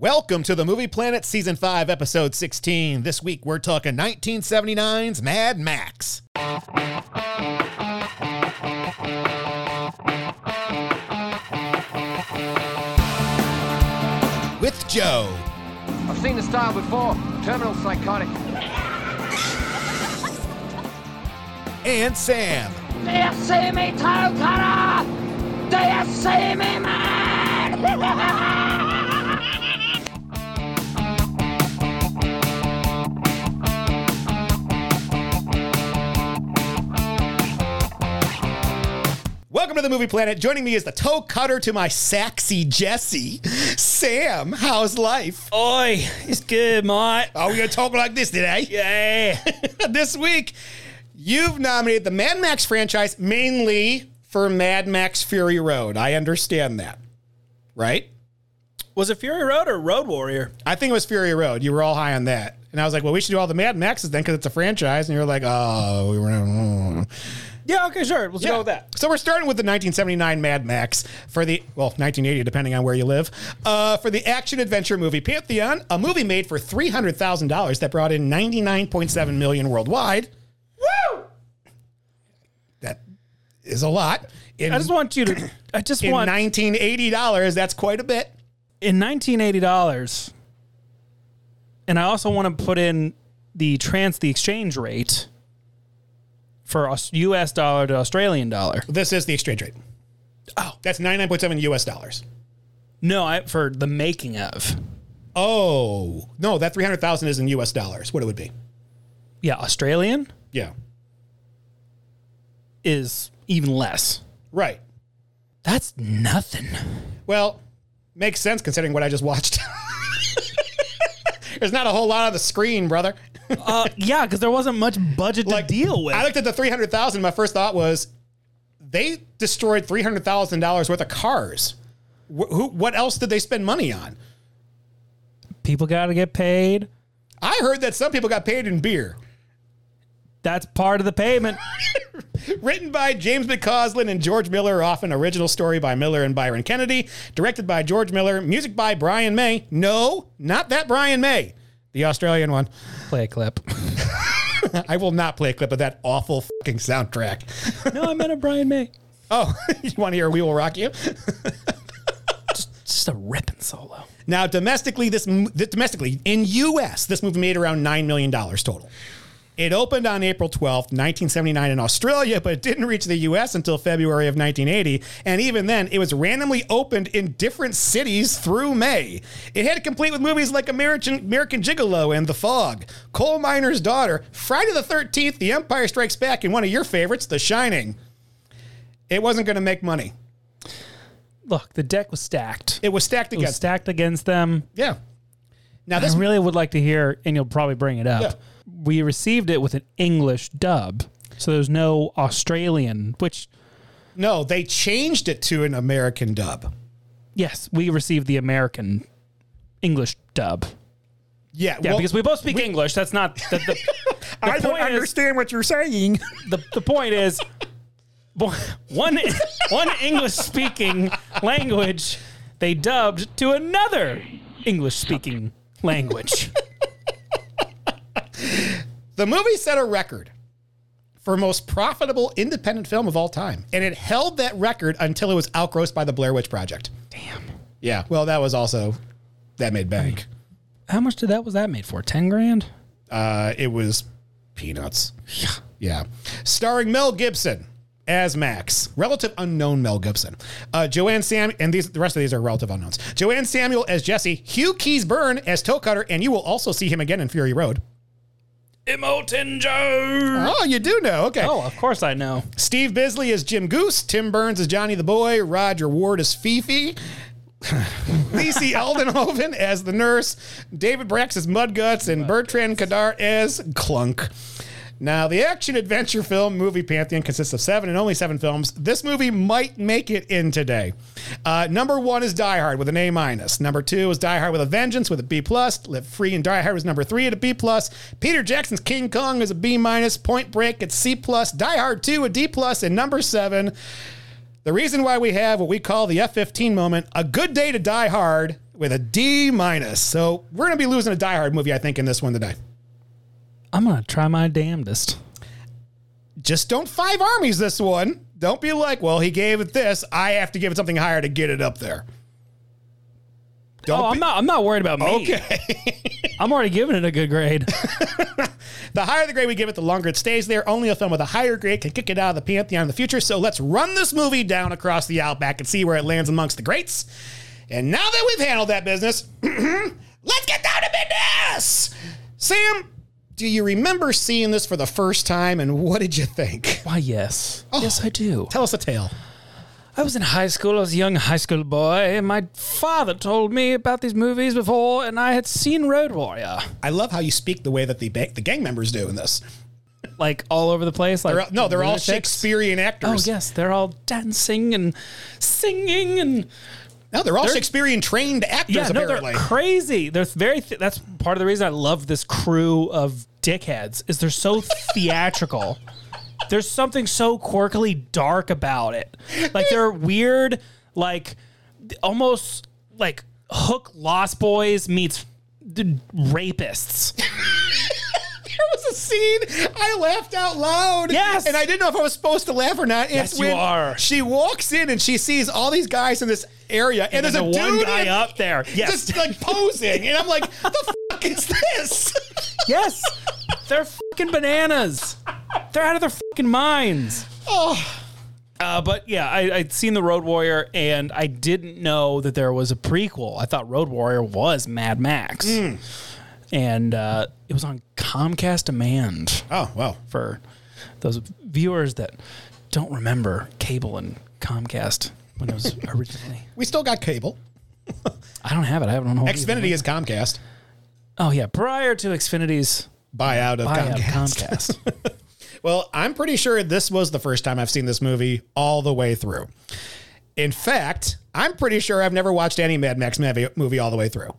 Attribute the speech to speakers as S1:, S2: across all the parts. S1: Welcome to the Movie Planet Season 5, Episode 16. This week we're talking 1979's Mad Max. With Joe,
S2: I've seen the style before. Terminal psychotic.
S1: and Sam,
S3: Do you see me, Toe Cutter? Do you see me, man?
S1: Welcome to the Movie Planet. Joining me is the toe cutter to my sexy Jesse, Sam. How's life?
S4: Oi, it's good, mate.
S1: Oh, we're gonna talk like this today.
S4: Yeah.
S1: this week, you've nominated the Mad Max franchise mainly for Mad Max Fury Road. I understand that, right?
S4: Was it Fury Road or Road Warrior?
S1: I think it was Fury Road. You were all high on that, and I was like, "Well, we should do all the Mad Maxes then, because it's a franchise." And you were like, "Oh, we were."
S4: Yeah, okay, sure. Let's
S1: Yeah.
S4: go with that.
S1: So we're starting with the 1979 Mad Max for the well 1980, depending on where you live, uh, for the action adventure movie Pantheon, a movie made for three hundred thousand dollars that brought in 99.7 million worldwide. Woo! That is a lot. In,
S4: I just want you to. I just
S1: in
S4: want
S1: 1980 dollars, that's quite a bit.
S4: in nineteen eighty dollars, and I also want to put in the trans the exchange rate for Aus- U.S. dollar to Australian dollar.
S1: This is the exchange rate. Oh, that's 99.7 U.S. dollars.
S4: No, I, for the making of.
S1: Oh no, that 300 thousand is in U.S. dollars. What it would be?
S4: Yeah, Australian
S1: Yeah,
S4: is even less.
S1: right.
S4: That's nothing.
S1: Well, makes sense considering what I just watched. There's not a whole lot on the screen, brother.
S4: Uh, yeah, because there wasn't much budget
S1: Like
S4: to deal with.
S1: I looked at the three hundred thousand. My first thought was, they destroyed three hundred thousand dollars worth of cars. Wh- who? What else did they spend money on?
S4: People got to get paid.
S1: I heard that some people got paid in beer.
S4: That's part of the payment.
S1: Written by James McCausland and George Miller, off an original story by Miller and Byron Kennedy. Directed by George Miller. Music by Brian May. No, not that Brian May, the Australian one.
S4: Play a clip.
S1: I will not play a clip of that awful fucking soundtrack.
S4: no, I meant a Brian May.
S1: Oh, you want to hear We Will Rock You?
S4: It's just a ripping solo.
S1: Now, domestically, this m- th- domestically in U.S., this movie made around nine million dollars total. It opened on April 12th, 1979 in Australia, but it didn't reach the US until February of 1980. And even then, it was randomly opened in different cities through May. It had to complete with movies like American, American Gigolo and The Fog, Coal Miner's Daughter, Friday the 13th, The Empire Strikes Back, and one of your favorites, The Shining. It wasn't going to make money.
S4: Look, the deck was stacked. It
S1: It was stacked
S4: was
S1: against.
S4: stacked against them.
S1: yeah. Now,
S4: I
S1: this
S4: really would like to hear, and you'll probably bring it up. We received it with an English dub, so there's no Australian. Which,
S1: No, they changed it to an American dub.
S4: yes, we received the American English dub.
S1: Yeah,
S4: Yeah, because we both speak English. That's not the, the, the
S1: I don't
S4: point is-
S1: understand what you're saying.
S4: the, the point is bo- one one English speaking language they dubbed to another English speaking language.
S1: The movie set a record for most profitable independent film of all time, and it held that record until it was outgrossed by the Blair Witch Project. Damn. Yeah. Well, that was also that made bank.
S4: How much did that was that made for? 10 grand?
S1: Uh, it was peanuts. Yeah. Yeah. Starring Mel Gibson as Max, relative unknown Mel Gibson. Uh, Joanne Sam and these the rest of these are relative unknowns. Joanne Samuel as Jesse, Hugh Keys Byrne as Toe Cutter, and you will also see him again in Fury Road.
S4: Immolten Joe.
S1: Oh, you do know. Okay.
S4: Oh, of course I know.
S1: Steve Bisley as Jim Goose, Tim Burns as Johnny the Boy, Roger Ward as Fifi, Lisi Aldenhoven as the nurse, David Brax as Mudguts, and Bertrand Cadar as Clunk. Now, the action adventure film movie pantheon consists of seven and only seven films. This movie might make it in today. Uh, number one is Die Hard with an A minus. Number two is Die Hard with a Vengeance with a B plus. Live Free and Die Hard was number three at a B plus. Peter Jackson's King Kong is a B minus. Point Break at C plus. Die Hard two a D plus. And number seven, the reason why we have what we call the F15 moment, a good day to die hard, with a D minus. So we're going to be losing a Die Hard movie, I think, in this one today.
S4: I'm gonna try my damnedest.
S1: Just don't five armies this one. Don't be like, well, he gave it this. I have to give it something higher to get it up there. Don't
S4: oh,
S1: be-
S4: I'm not. I'm not worried about me.
S1: Okay.
S4: I'm already giving it a good grade.
S1: the higher the grade we give it, the longer it stays there. Only a film with a higher grade can kick it out of the pantheon in the future. So let's run this movie down across the outback and see where it lands amongst the greats. And now that we've handled that business, let's get down to business. Sam, do you remember seeing this for the first time and what did you think?
S4: Why? Yes.
S1: Oh.
S4: Yes, I do.
S1: Tell us a tale.
S4: I was in high school. I was a young high school boy, and my father told me about these movies before, and I had seen Road Warrior
S1: I love how you speak the way that the ba- the gang members do in this.
S4: like all over the place. Like
S1: They're all- no, they're all
S4: lunatics.
S1: Shakespearean
S4: Oh
S1: actors.
S4: yes, they're all dancing and singing and
S1: No, they're all
S4: They're-
S1: Shakespearean trained actors.
S4: yeah, no,
S1: apparently.
S4: they're crazy. They're very. Th- that's part of the reason I love this crew of dickheads is they're so theatrical. There's something so quirkily dark about it. Like they're weird, like th- almost like Hook Lost Boys meets the rapists.
S1: There was a scene I laughed out loud.
S4: Yes.
S1: and I didn't know if I was supposed to laugh or not. And
S4: Yes,
S1: it's
S4: you
S1: when
S4: are.
S1: She walks in and she sees all these guys in this area, and, there's
S4: the
S1: a
S4: one
S1: dude
S4: guy
S1: in-
S4: up there. Yes,
S1: just like posing, and I'm like, the fuck is this?
S4: yes, they're fucking bananas. They're out of their fucking minds.
S1: oh,
S4: Uh, but yeah, I, I'd seen the Road Warrior, and I didn't know that there was a prequel. I thought Road Warrior was Mad Max,
S1: Hmm.
S4: and uh, it was on Comcast Demand
S1: oh, wow.
S4: for those viewers that don't remember cable and Comcast when it was originally.
S1: We still got cable.
S4: I don't have it. I have it on hold. either.
S1: Xfinity is Comcast.
S4: Oh yeah, prior to Xfinity's
S1: Buyout of
S4: buyout of
S1: Comcast.
S4: Comcast.
S1: Well, I'm pretty sure this was the first time I've seen this movie all the way through. In fact, I'm pretty sure I've never watched any Mad Max movie, movie all the way through.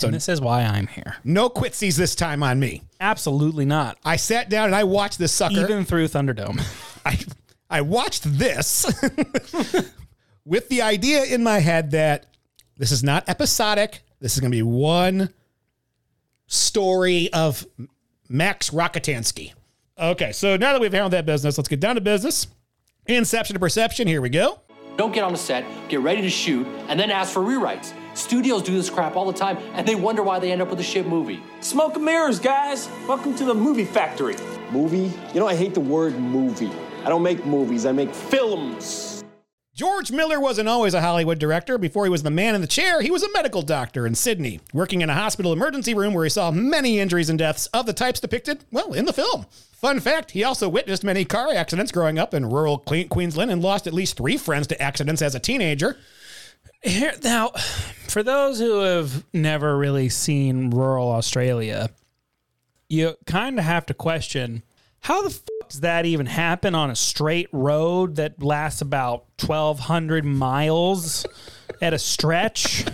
S4: and this is why I'm here.
S1: No quitsies this time on me.
S4: Absolutely not.
S1: I sat down and I watched this sucker.
S4: Even through Thunderdome.
S1: I I watched this with the idea in my head that this is not episodic. This is going to be one story of Max Rockatansky. Okay, so now that we've handled that business, let's get down to business. Inception to perception. Here we go.
S5: Don't get on a set, get ready to shoot, and then ask for rewrites. Studios do this crap all the time, and they wonder why they end up with a shit movie.
S6: Smoke and mirrors, guys. Welcome to the movie factory.
S7: Movie? You know, I hate the word movie. I don't make movies, I make films.
S1: George Miller wasn't always a Hollywood director. Before he was the man in the chair, he was a medical doctor in Sydney, working in a hospital emergency room where he saw many injuries and deaths of the types depicted, well, in the film. Fun fact he also witnessed many car accidents growing up in rural Cle- Queensland and lost at least three friends to accidents as a teenager.
S4: Here, now, for those who have never really seen rural Australia, you kind of have to question how the fuck does that even happen on a straight road that lasts about 1,200 miles at a stretch?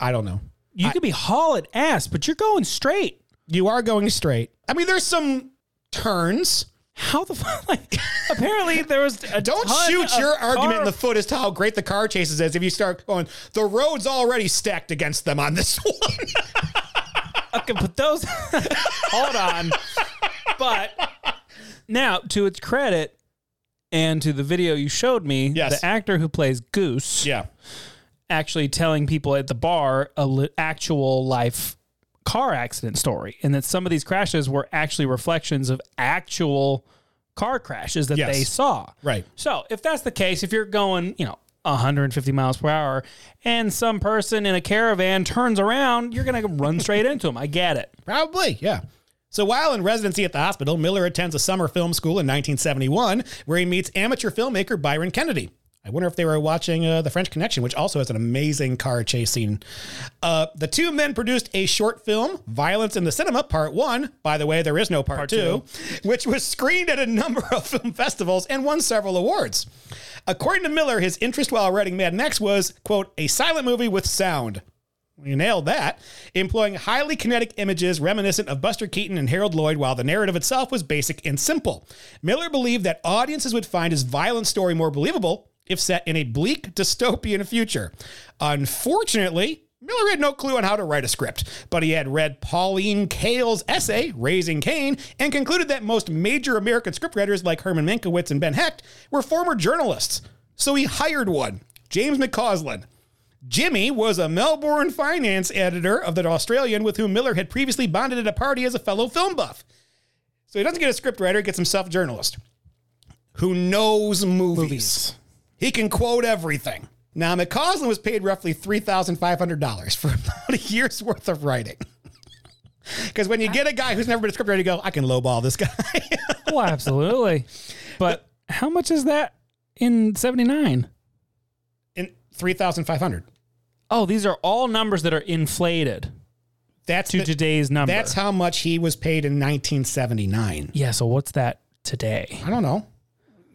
S1: I don't know.
S4: You could be hauling ass, but you're going straight.
S1: You are going straight. I mean, there's some turns.
S4: How the fuck? Like, apparently, there was a
S1: Don't
S4: ton
S1: shoot
S4: of
S1: your argument in
S4: car-
S1: the foot as to how great the car chases is if you start going, the road's already stacked against them on this one.
S4: Okay, but those. hold on. But now, to its credit, and to the video you showed me,
S1: Yes.
S4: the actor who plays Goose
S1: yeah.
S4: actually telling people at the bar a li- actual life car accident story, and that some of these crashes were actually reflections of actual car crashes that
S1: Yes.
S4: they saw.
S1: Right.
S4: So if that's the case, if you're going, you know, 150 miles per hour, and some person in a caravan turns around, you're gonna run straight into him. I get it.
S1: Probably, yeah. So while in residency at the hospital, Miller attends a summer film school in 1971 where he meets amateur filmmaker Byron Kennedy. I wonder if they were watching uh, The French Connection, which also has an amazing car chase scene. Uh, the two men produced a short film, Violence in the Cinema, Part One. By the way, there is no Part, two, which was screened at a number of film festivals and won several awards. According to Miller, his interest while writing Mad Max was, quote, a silent movie with sound. You nailed that. Employing highly kinetic images reminiscent of Buster Keaton and Harold Lloyd, while the narrative itself was basic and simple. Miller believed that audiences would find his violent story more believable if set in a bleak dystopian future. Unfortunately, Miller had no clue on how to write a script, but he had read Pauline Kael's essay, Raising Cain, and concluded that most major American scriptwriters like Herman Mankiewicz and Ben Hecht were former journalists. So he hired one, James McCausland. Jimmy was a Melbourne finance editor of the Australian with whom Miller had previously bonded at a party as a fellow film buff. So he doesn't get a scriptwriter, he gets himself a journalist who knows movies.
S4: Movies.
S1: He can quote everything. Now, McCausland was paid roughly $3,500 for about a year's worth of writing. Because when you get a guy who's never been a scriptwriter, you go, I can lowball this guy.
S4: Well, absolutely. But how much is that in 79?
S1: and 3500
S4: Oh, these are all numbers that are inflated
S1: That's
S4: to
S1: the-
S4: today's number.
S1: That's how much he was paid in 1979.
S4: Yeah, so what's that today?
S1: I don't know.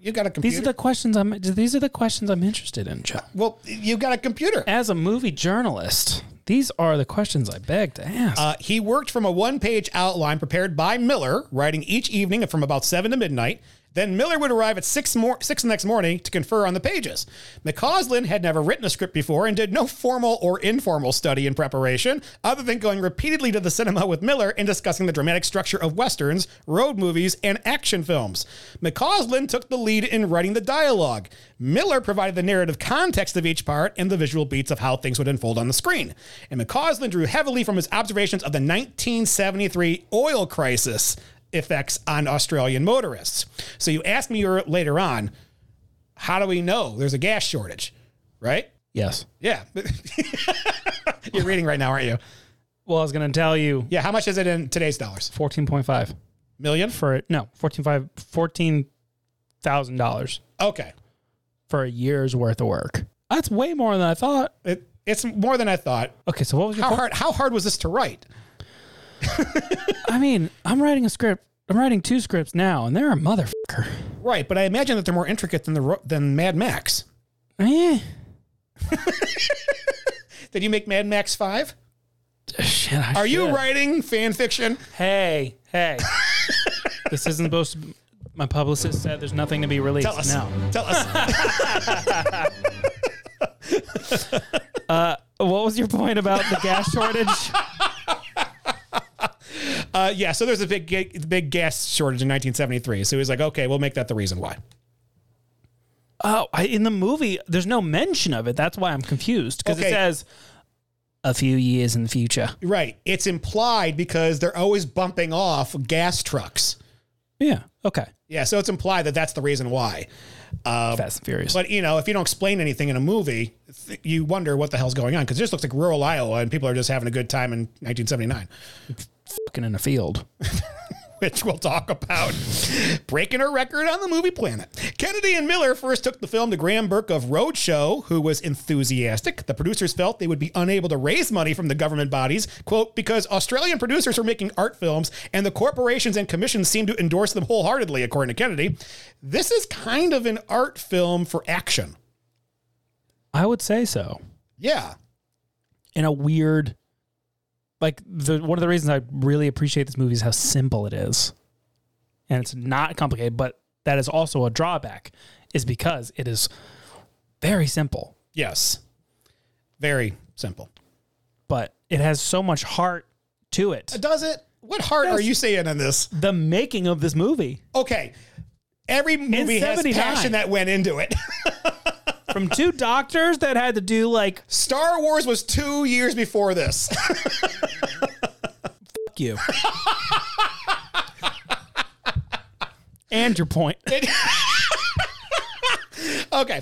S1: You got a computer.
S4: These are the questions I'm these are the questions I'm interested in, Joe.
S1: well, you got a computer.
S4: As a movie journalist, these are the questions I beg to ask.
S1: Uh, he worked from a one page outline prepared by Miller, writing each evening from about 7 to midnight. Then Miller would arrive at 6, more, six the next morning to confer on the pages. McCausland had never written a script before and did no formal or informal study in preparation, other than going repeatedly to the cinema with Miller and discussing the dramatic structure of westerns, road movies, and action films. McCausland took the lead in writing the dialogue. Miller provided the narrative context of each part and the visual beats of how things would unfold on the screen. And McCausland drew heavily from his observations of the 1973 oil crisis effects on Australian motorists. So you asked me ear- later on, how do we know there's a gas shortage, right?
S4: yes.
S1: Yeah. You're reading right now, aren't you?
S4: Well, I was going to tell you
S1: Yeah. How much is it in today's dollars?
S4: 14.5
S1: Million?
S4: for it. No, 14.5 $14,000
S1: Okay.
S4: for a year's worth of work. That's way more than I thought.
S1: It, it's more than I thought.
S4: Okay, so what was your
S1: How
S4: question?
S1: hard, how hard was this to write?
S4: I mean, I'm writing a script. I'm writing two scripts now, and they're a motherfucker.
S1: Right, but I imagine that they're more intricate than the ro- than Mad Max.
S4: Eh,
S1: Did you make Mad Max Five?
S4: shit. I
S1: Are you
S4: should.
S1: writing fan fiction?
S4: Hey, hey. this isn't supposed to. Be, my publicist said there's nothing to be released.
S1: Tell us.
S4: No.
S1: Tell us.
S4: What was your point about the gas shortage?
S1: uh, yeah, so there's a big ga- big gas shortage in 1973. So he's like, okay, we'll make that the reason why.
S4: Oh, I, in the movie, there's no mention of it. That's why I'm confused because
S1: Okay.
S4: it says a few years in the future.
S1: Right. It's implied because they're always bumping off gas trucks.
S4: Yeah. Okay.
S1: Yeah, so it's implied that that's the reason why.
S4: Fast and Furious.
S1: But you know, if you don't explain anything in a movie, th- you wonder what the hell's going on because it just looks like rural Iowa and people are just having a good time in 1979.
S4: fucking in a field.
S1: which we'll talk about. Breaking a record on the movie planet. Kennedy and Miller first took the film to Graham Burke of Roadshow, who was enthusiastic. The producers felt they would be unable to raise money from the government bodies, quote, because Australian producers were making art films and the corporations and commissions seemed to endorse them wholeheartedly, according to Kennedy. This is kind of an art film for action.
S4: I would say so.
S1: Yeah.
S4: in a weird like the one of the reasons I really appreciate this movie is how simple it is. And it's not complicated, but that is also a drawback is because it is very simple,
S1: Yes. Very simple.
S4: but it has so much heart to it.
S1: Does it? What heart are you seeing in this?
S4: Uh, The making of this movie
S1: okay. Every movie has
S4: 79.
S1: passion that went into it.
S4: from two doctors that had to do like
S1: Star Wars was two years before this.
S4: fuck you. and your point.
S1: okay.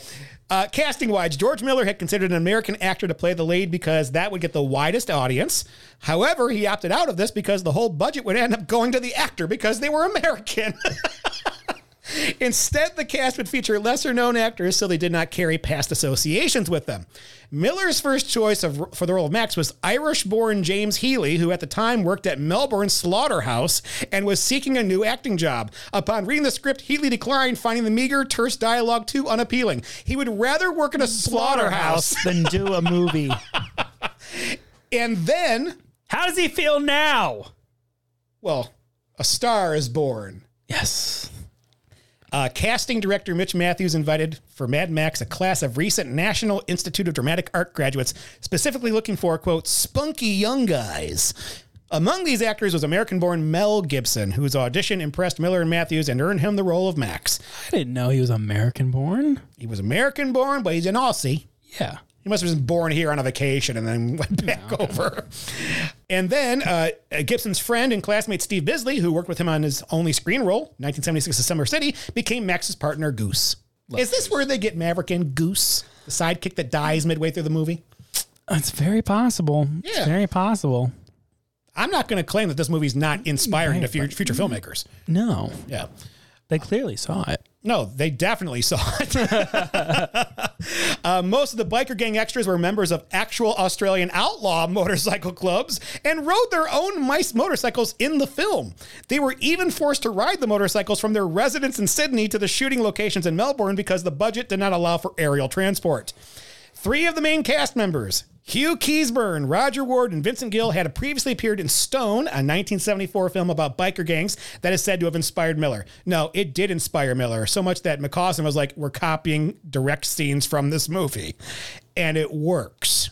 S1: Uh, casting wise, George Miller had considered an American actor to play the lead because that would get the widest audience. However, he opted out of this because the whole budget would end up going to the actor because they were American. Instead, the cast would feature lesser known actors, so they did not carry past associations with them. Miller's first choice of, for the role of Max was Irish born James Healy, who at the time worked at Melbourne Slaughterhouse and was seeking a new acting job. Upon reading the script, Healy declined, finding the meager, terse dialogue too unappealing. He would rather work in a slaughterhouse.
S4: than do a movie.
S1: And then,
S4: How does he feel now?
S1: well, a star is born.
S4: Yes.
S1: Uh, casting director Mitch Matthews invited for Mad Max a class of recent National Institute of Dramatic Art graduates, specifically looking for, quote, spunky young guys. Among these actors was American born Mel Gibson, whose audition impressed Miller and Matthews and earned him the role of Max.
S4: I didn't know he was American born.
S1: He was American born, but he's an Aussie.
S4: Yeah.
S1: He must have been born here on a vacation and then went back over. And then uh, Gibson's friend and classmate Steve Bisley, who worked with him on his only screen role, 1976's Summer City, became Max's partner Goose. Is this where they get Maverick and Goose, the sidekick that dies midway through the movie?
S4: It's very possible. It's
S1: Yeah.
S4: very possible.
S1: I'm not going to claim that this movie's not inspiring to
S4: Right,
S1: future, future filmmakers.
S4: No.
S1: Yeah.
S4: They clearly saw it.
S1: No, they definitely saw it. uh, most of the biker gang extras were members of actual Australian outlaw motorcycle clubs and rode their own mice motorcycles in the film. They were even forced to ride the motorcycles from their residence in Sydney to the shooting locations in Melbourne because the budget did not allow for aerial transport. Three of the main cast members, Hugh Keysburn, Roger Ward, and Vincent Gill, had previously appeared in Stone, a 1974 film about biker gangs that is said to have inspired Miller. No, it did inspire Miller so much that McCausland was like, we're copying direct scenes from this movie. And it works.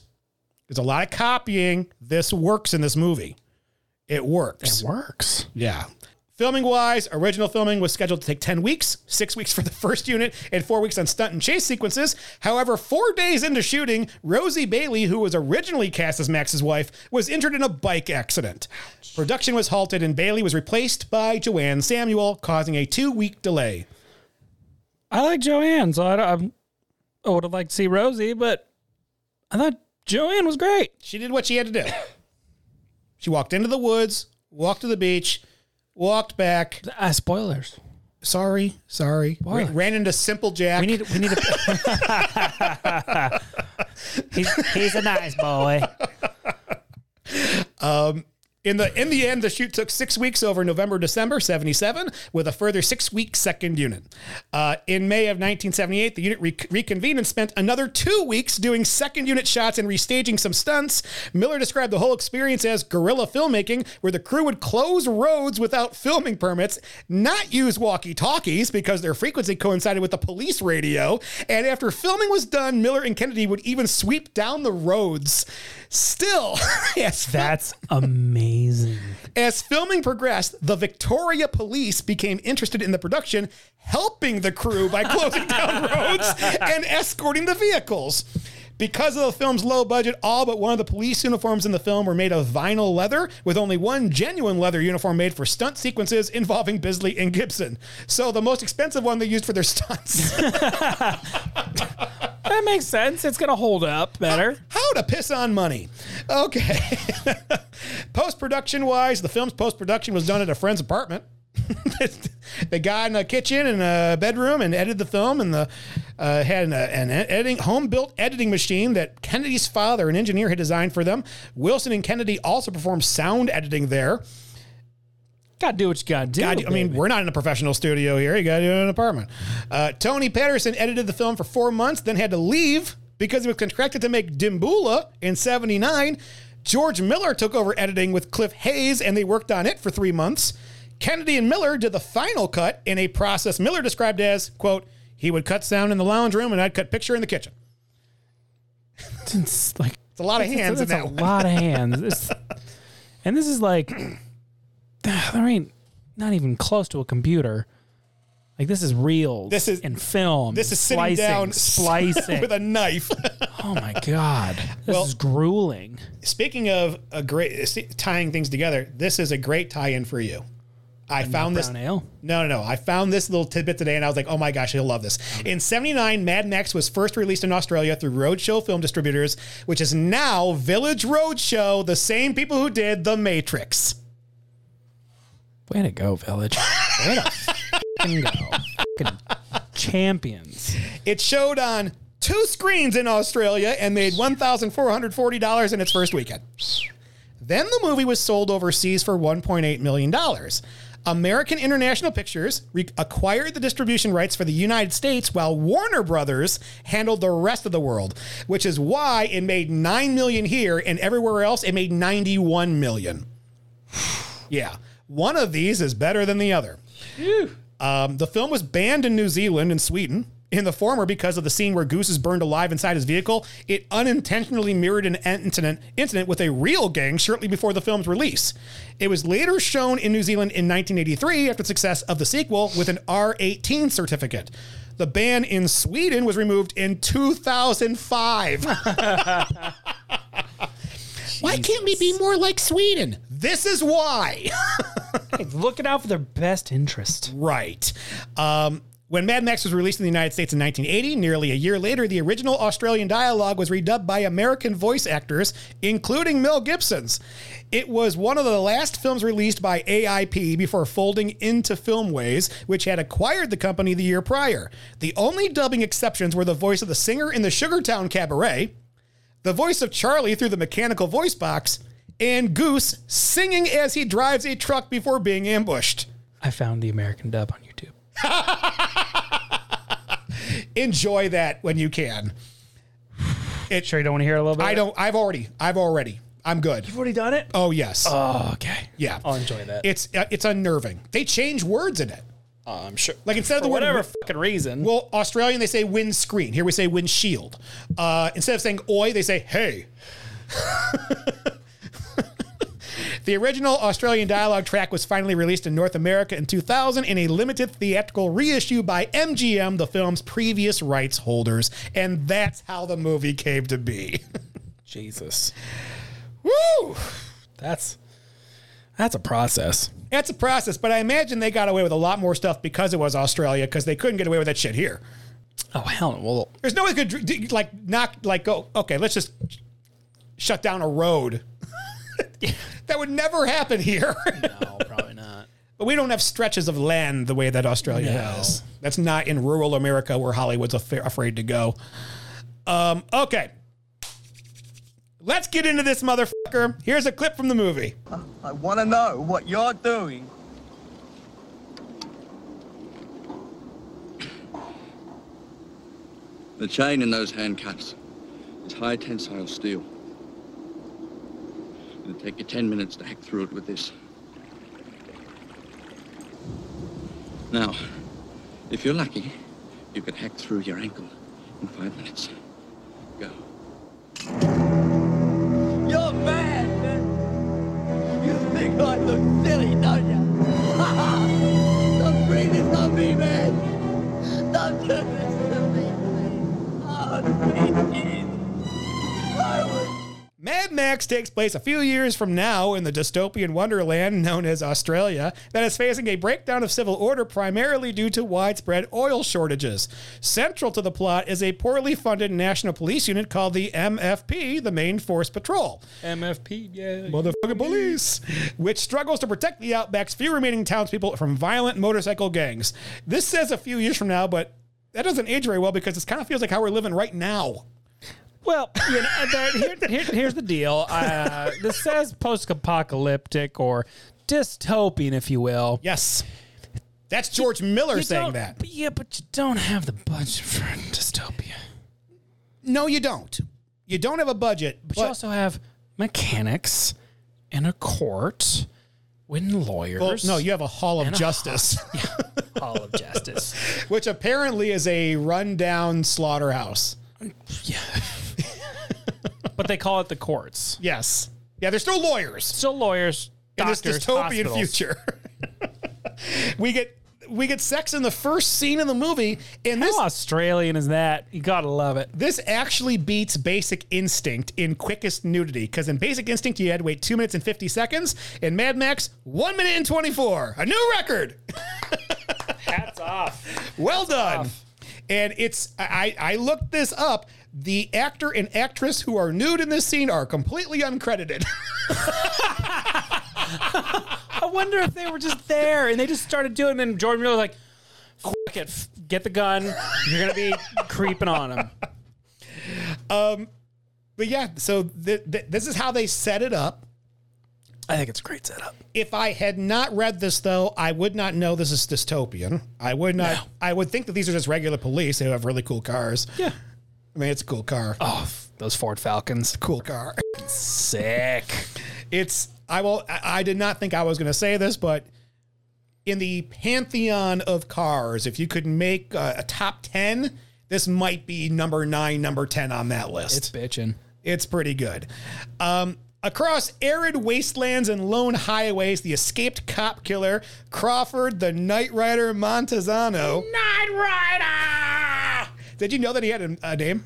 S1: There's a lot of copying. This works in this movie. It works.
S4: Works.
S1: Yeah. Filming wise, original filming was scheduled to take 10 weeks, six weeks for the first unit, and four weeks on stunt and chase sequences. However, four days into shooting, Rosie Bailey, who was originally cast as Max's wife, was injured in a bike accident. Production was halted, and Bailey was replaced by Joanne Samuel, causing a two week delay.
S4: I like Joanne, so I, don't- I would have liked to see Rosie, but I thought Joanne was great.
S1: She did what she had to do. She walked into the woods, walked to the beach, walked back.
S4: Uh, spoilers.
S1: Sorry, sorry. Ran, ran into Simple Jack.
S4: We need we need a. he's, he's a nice boy.
S1: In the in the end, the shoot took six weeks over November December '77, with a further six week second unit. Uh, in May of 1978, the unit re- reconvened and spent another two weeks doing second unit shots and restaging some stunts. Miller described the whole experience as guerrilla filmmaking, where the crew would close roads without filming permits, not use walkie talkies because their frequency coincided with the police radio, and after filming was done, Miller and Kennedy would even sweep down the roads. Still, yes,
S4: That's amazing.
S1: as filming progressed, the Victoria police became interested in the production, helping the crew by closing down roads and escorting the vehicles. Because of the film's low budget, all but one of the police uniforms in the film were made of vinyl leather, with only one genuine leather uniform made for stunt sequences involving Bisley and Gibson. So the most expensive one they used for their stunts.
S4: That makes sense. It's gonna hold up better.
S1: How to piss on money. Okay. post production wise, the film's post production was done at a friend's apartment. they got in a kitchen and a bedroom and edited the film and the uh, had an, uh, an editing home built editing machine that Kennedy's father, an engineer, had designed for them. Wilson and Kennedy also performed sound editing there.
S4: Gotta do what you gotta do.
S1: God, I mean,
S4: baby.
S1: we're not in a professional studio here. You got to do it in an apartment. Uh, Tony Patterson edited the film for four months, then had to leave because he was contracted to make Dimbula in '79. George Miller took over editing with Cliff Hayes, and they worked on it for three months. Kennedy and Miller did the final cut in a process Miller described as "quote He would cut sound in the lounge room, and I'd cut picture in the kitchen."
S4: it's like
S1: It's a lot of hands in
S4: that's
S1: that
S4: a
S1: one.
S4: lot of hands. This- and this is like, there ain't not even close to a computer. Like this is reels.
S1: This is-
S4: and film.
S1: This is sitting
S4: splicing,
S1: down
S4: splicing.
S1: with a knife.
S4: oh my god, this
S1: Well-
S4: is grueling.
S1: Speaking of a great tying things together, this is a great tie-in for you. I found this.
S4: Brown ale.
S1: No, no, no. I found this little tidbit today and I was like, oh my gosh, he'll love this. In 79, Mad Max was first released in Australia through Roadshow Film Distributors, which is now Village Roadshow, the same people who did The Matrix.
S4: Way to go, village. Way to fucking go. Fucking champions.
S1: It showed on two screens in Australia and made $1,440 in its first weekend. Then the movie was sold overseas for $1.8 million. American International Pictures re- acquired the distribution rights for the United States while Warner Brothers handled the rest of the world, which is why it made 9 million here and everywhere else it made 91 million. yeah. One of these is better than the other. Um, the film was banned in New Zealand and Sweden. In the former, because of the scene where Goose is burned alive inside his vehicle, it unintentionally mirrored an incident, incident with a real gang shortly before the film's release. It was later shown in New Zealand in 1983 after the success of the sequel with an R18 certificate. The ban in Sweden was removed in 2005. Why can't we be more like Sweden? This is why.
S4: Looking out for their best interest.
S1: Right. Um, when Mad Max was released in the United States in 1980, nearly a year later, the original Australian dialogue was redubbed by American voice actors, including Mel Gibson's. It was one of the last films released by AIP before folding into Filmways, which had acquired the company the year prior. The only dubbing exceptions were the voice of the singer in the Sugartown Cabaret, the voice of Charlie through the mechanical voice box, and Goose singing as he drives a truck before being ambushed.
S4: I found the American dub on YouTube.
S1: enjoy that when you can. It
S4: Sure, you don't want to hear a little bit?
S1: I don't. I've already. I've already. I'm good.
S4: You've already done it?
S1: Oh yes.
S4: Oh, okay.
S1: yeah.
S4: I'll enjoy that.
S1: It's uh, it's unnerving. They change words in it.
S4: I'm sure.
S1: Like instead of
S4: For
S1: the word
S4: whatever fucking reason.
S1: well, Australian they say windscreen. Here we say windshield. Uh, instead of saying oi, they say hey. the original Australian dialogue track was finally released in North America in 2000 in a limited theatrical reissue by MGM, the film's previous rights holders, and that's how the movie came to be.
S4: Jesus.
S1: Woo!
S4: That's that's a process.
S1: That's a process, but I imagine they got away with a lot more stuff because it was Australia, because they couldn't get away with that shit here.
S4: Oh hell no. Well
S1: There's no way they could d- like knock like go. Okay, let's just shut down a road. that would never happen here.
S4: no, probably not.
S1: but we don't have stretches of land the way that Australia
S4: No.
S1: has. That's not in rural America where Hollywood's affa- afraid to go. Um, okay. Let's get into this motherfucker. Here's a clip from the movie.
S8: I want to know what you're doing.
S9: The chain in those handcuffs is high tensile steel. It'll take you 10 minutes to hack through it with this. Now, if you're lucky, you can hack through your ankle in five minutes. Go.
S8: You're mad, man. You think I look silly, don't you? Don't bring this on me, man. Don't do this to me, please. Oh, please. I would
S1: Mad Max takes place a few years from now in the dystopian wonderland known as Australia that is facing a breakdown of civil order primarily due to widespread oil shortages. Central to the plot is a poorly funded national police unit called the MFP, the Main Force Patrol
S4: MFP, yeah.
S1: motherfucking police, which struggles to protect the Outback's few remaining townspeople from violent motorcycle gangs. This says a few years from now, but that doesn't age very well because it kind of feels like how we're living right now.
S4: Well, you know, there- here, here- here's the deal. Uh, this says post-apocalyptic or dystopian, if you will.
S1: Yes. That's George Miller
S4: You
S1: saying
S4: don't-
S1: that.
S4: but yeah, but you don't have the budget for dystopia.
S1: No, you don't. You don't have a budget,
S4: But,
S1: but,
S4: you also have mechanics and a court with lawyers.
S1: well, no, you have a Hall of Justice,
S4: all of justice.
S1: which apparently is a rundown slaughterhouse.
S4: but they call it the courts.
S1: Yes. Yeah, there's no lawyers.
S4: Still lawyers. Doctors,
S1: in this dystopian
S4: hospitals.
S1: future. we get we get sex in the first scene in the movie, and this
S4: How Australian is that? You gotta love it.
S1: this actually beats Basic Instinct in quickest nudity because in Basic Instinct you had to wait two minutes and fifty seconds, in Mad Max one minute and twenty four, a new record.
S4: Hats off.
S1: Well done. And it's I I looked this up. The actor and actress who are nude in this scene are completely uncredited.
S4: I wonder if they were just there and they just started doing. it And Jordan Miller was like, "Fuck it, f- get the gun. You're gonna be creeping on him."
S1: but yeah, so th- th- this is how they set it up.
S4: I think it's a great setup.
S1: If I had not read this, though, I would not know this is dystopian. I would not.
S4: No.
S1: I would think that these are just regular police who have really cool cars.
S4: Yeah.
S1: I mean, it's a cool car.
S4: Oh, f- those Ford Falcons,
S1: Cool car.
S4: sick.
S1: It's. I will. I, I did not think I was going to say this, but in the pantheon of cars, if you could make uh, a top 10, this might be number nine, number 10 on that list.
S4: It's bitching.
S1: It's pretty good. Um, across arid wastelands and lone highways, the escaped cop killer, Crawford the Knight Rider Montezano. Knight Rider! Did you know that he had a, a name?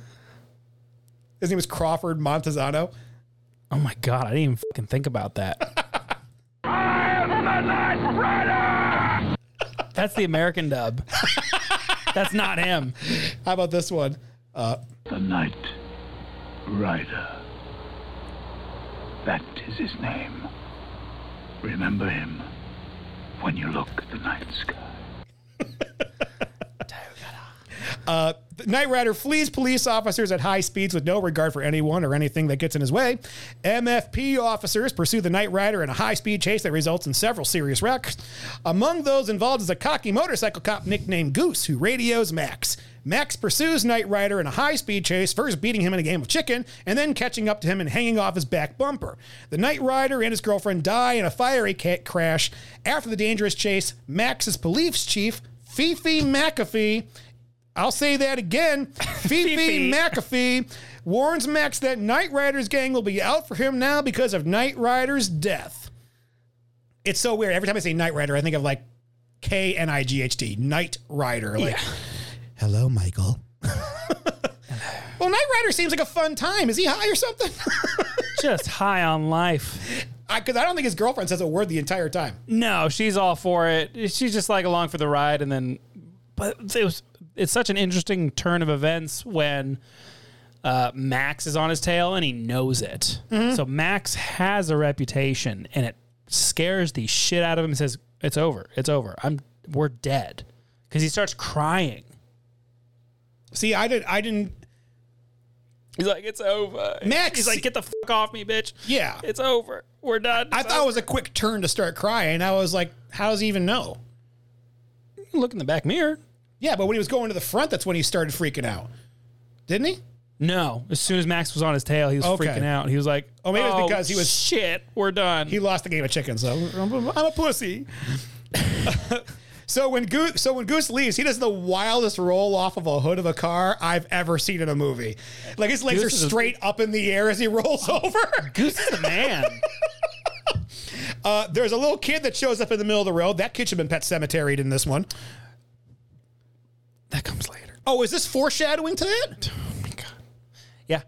S1: His name was Crawford Montezano.
S4: Oh my god, I didn't even fucking think about that. That's the American dub. That's not him.
S1: How about this one?
S10: The Knight Rider. That is his name. Remember him when you look at the night sky.
S1: The Knight Rider flees police officers at high speeds with no regard for anyone or anything that gets in his way. MFP officers pursue the Knight Rider in a high speed chase that results in several serious wrecks. Among those involved is a cocky motorcycle cop nicknamed Goose, who radios Max. Max pursues Knight Rider in a high speed chase, first beating him in a game of chicken and then catching up to him and hanging off his back bumper. The Knight Rider and his girlfriend die in a fiery cat crash. After the dangerous chase, Max's police chief, Fifi McAfee, I'll say that again. Fifi McAfee warns Max that Knight Rider's gang will be out for him now because of Knight Rider's death. It's so weird. Every time I say Knight Rider, I think of like K N I G H T, Knight Rider. Like, hello, Michael. well, Knight Rider seems like a fun time. Is he high or something?
S4: Just high on life.
S1: Because I, don't think his girlfriend says a word the entire time.
S4: No, she's all for it. She's just like along for the ride, and then, but it was it's such an interesting turn of events when uh, Max is on his tail and he knows it.
S1: Mm-hmm.
S4: So Max has a reputation, and it scares the shit out of him. And says, "It's over. It's over. I'm. We're dead." Because he starts crying.
S1: See, I didn't. I didn't.
S4: He's like, "It's over."
S1: Max-
S4: He's like, "Get the fuck off me, bitch."
S1: Yeah.
S4: It's over. We're done.
S1: I thought it was a quick turn to start crying. I was like, how does he even know?
S4: look in the back mirror.
S1: Yeah, but when he was going to the front, that's when he started freaking out. Didn't he?
S4: No, as soon as Max was on his tail, he was
S1: Okay.
S4: freaking out. He was like,
S1: Oh, maybe it was because he was-
S4: shit. We're done."
S1: He lost the game of chicken, so I'm a- I'm a pussy. so when Goose, so when Goose leaves, he does the wildest roll off of a hood of a car I've ever seen in a movie. Like his legs
S4: Goose is
S1: are
S4: a-
S1: straight up in the air as he rolls over.
S4: Goose is the man.
S1: Uh, there's a little kid that shows up in the middle of the road. That kid should have been pet cemeteried in this one.
S4: that comes later.
S1: Oh, is this foreshadowing to that?
S4: Yeah,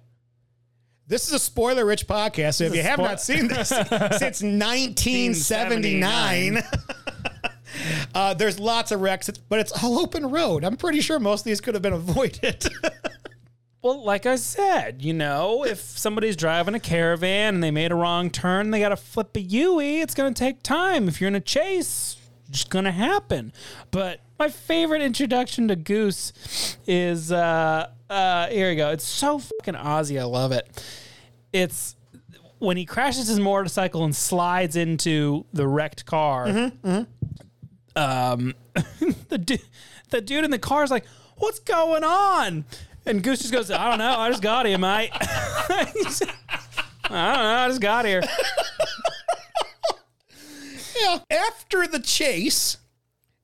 S1: This is a spoiler-rich podcast. So if you have
S4: spo-
S1: not seen this since 1979. Uh, there's lots of wrecks, but it's all open road. I'm pretty sure most of these could have been avoided.
S4: Well, like I said, you know, if somebody's driving a caravan and they made a wrong turn, they got to flip a Yui. It's going to take time. If you're in a chase, it's going to happen. But my favorite introduction to Goose is uh, uh, here we go. It's so fucking Aussie. I love it. It's when he crashes his motorcycle and slides into the wrecked car. Um, the du- the dude in the car is like, "What's going on?" And Goose just goes, "I don't know. I just got here, mate. I don't know. I just got here."
S1: After the chase,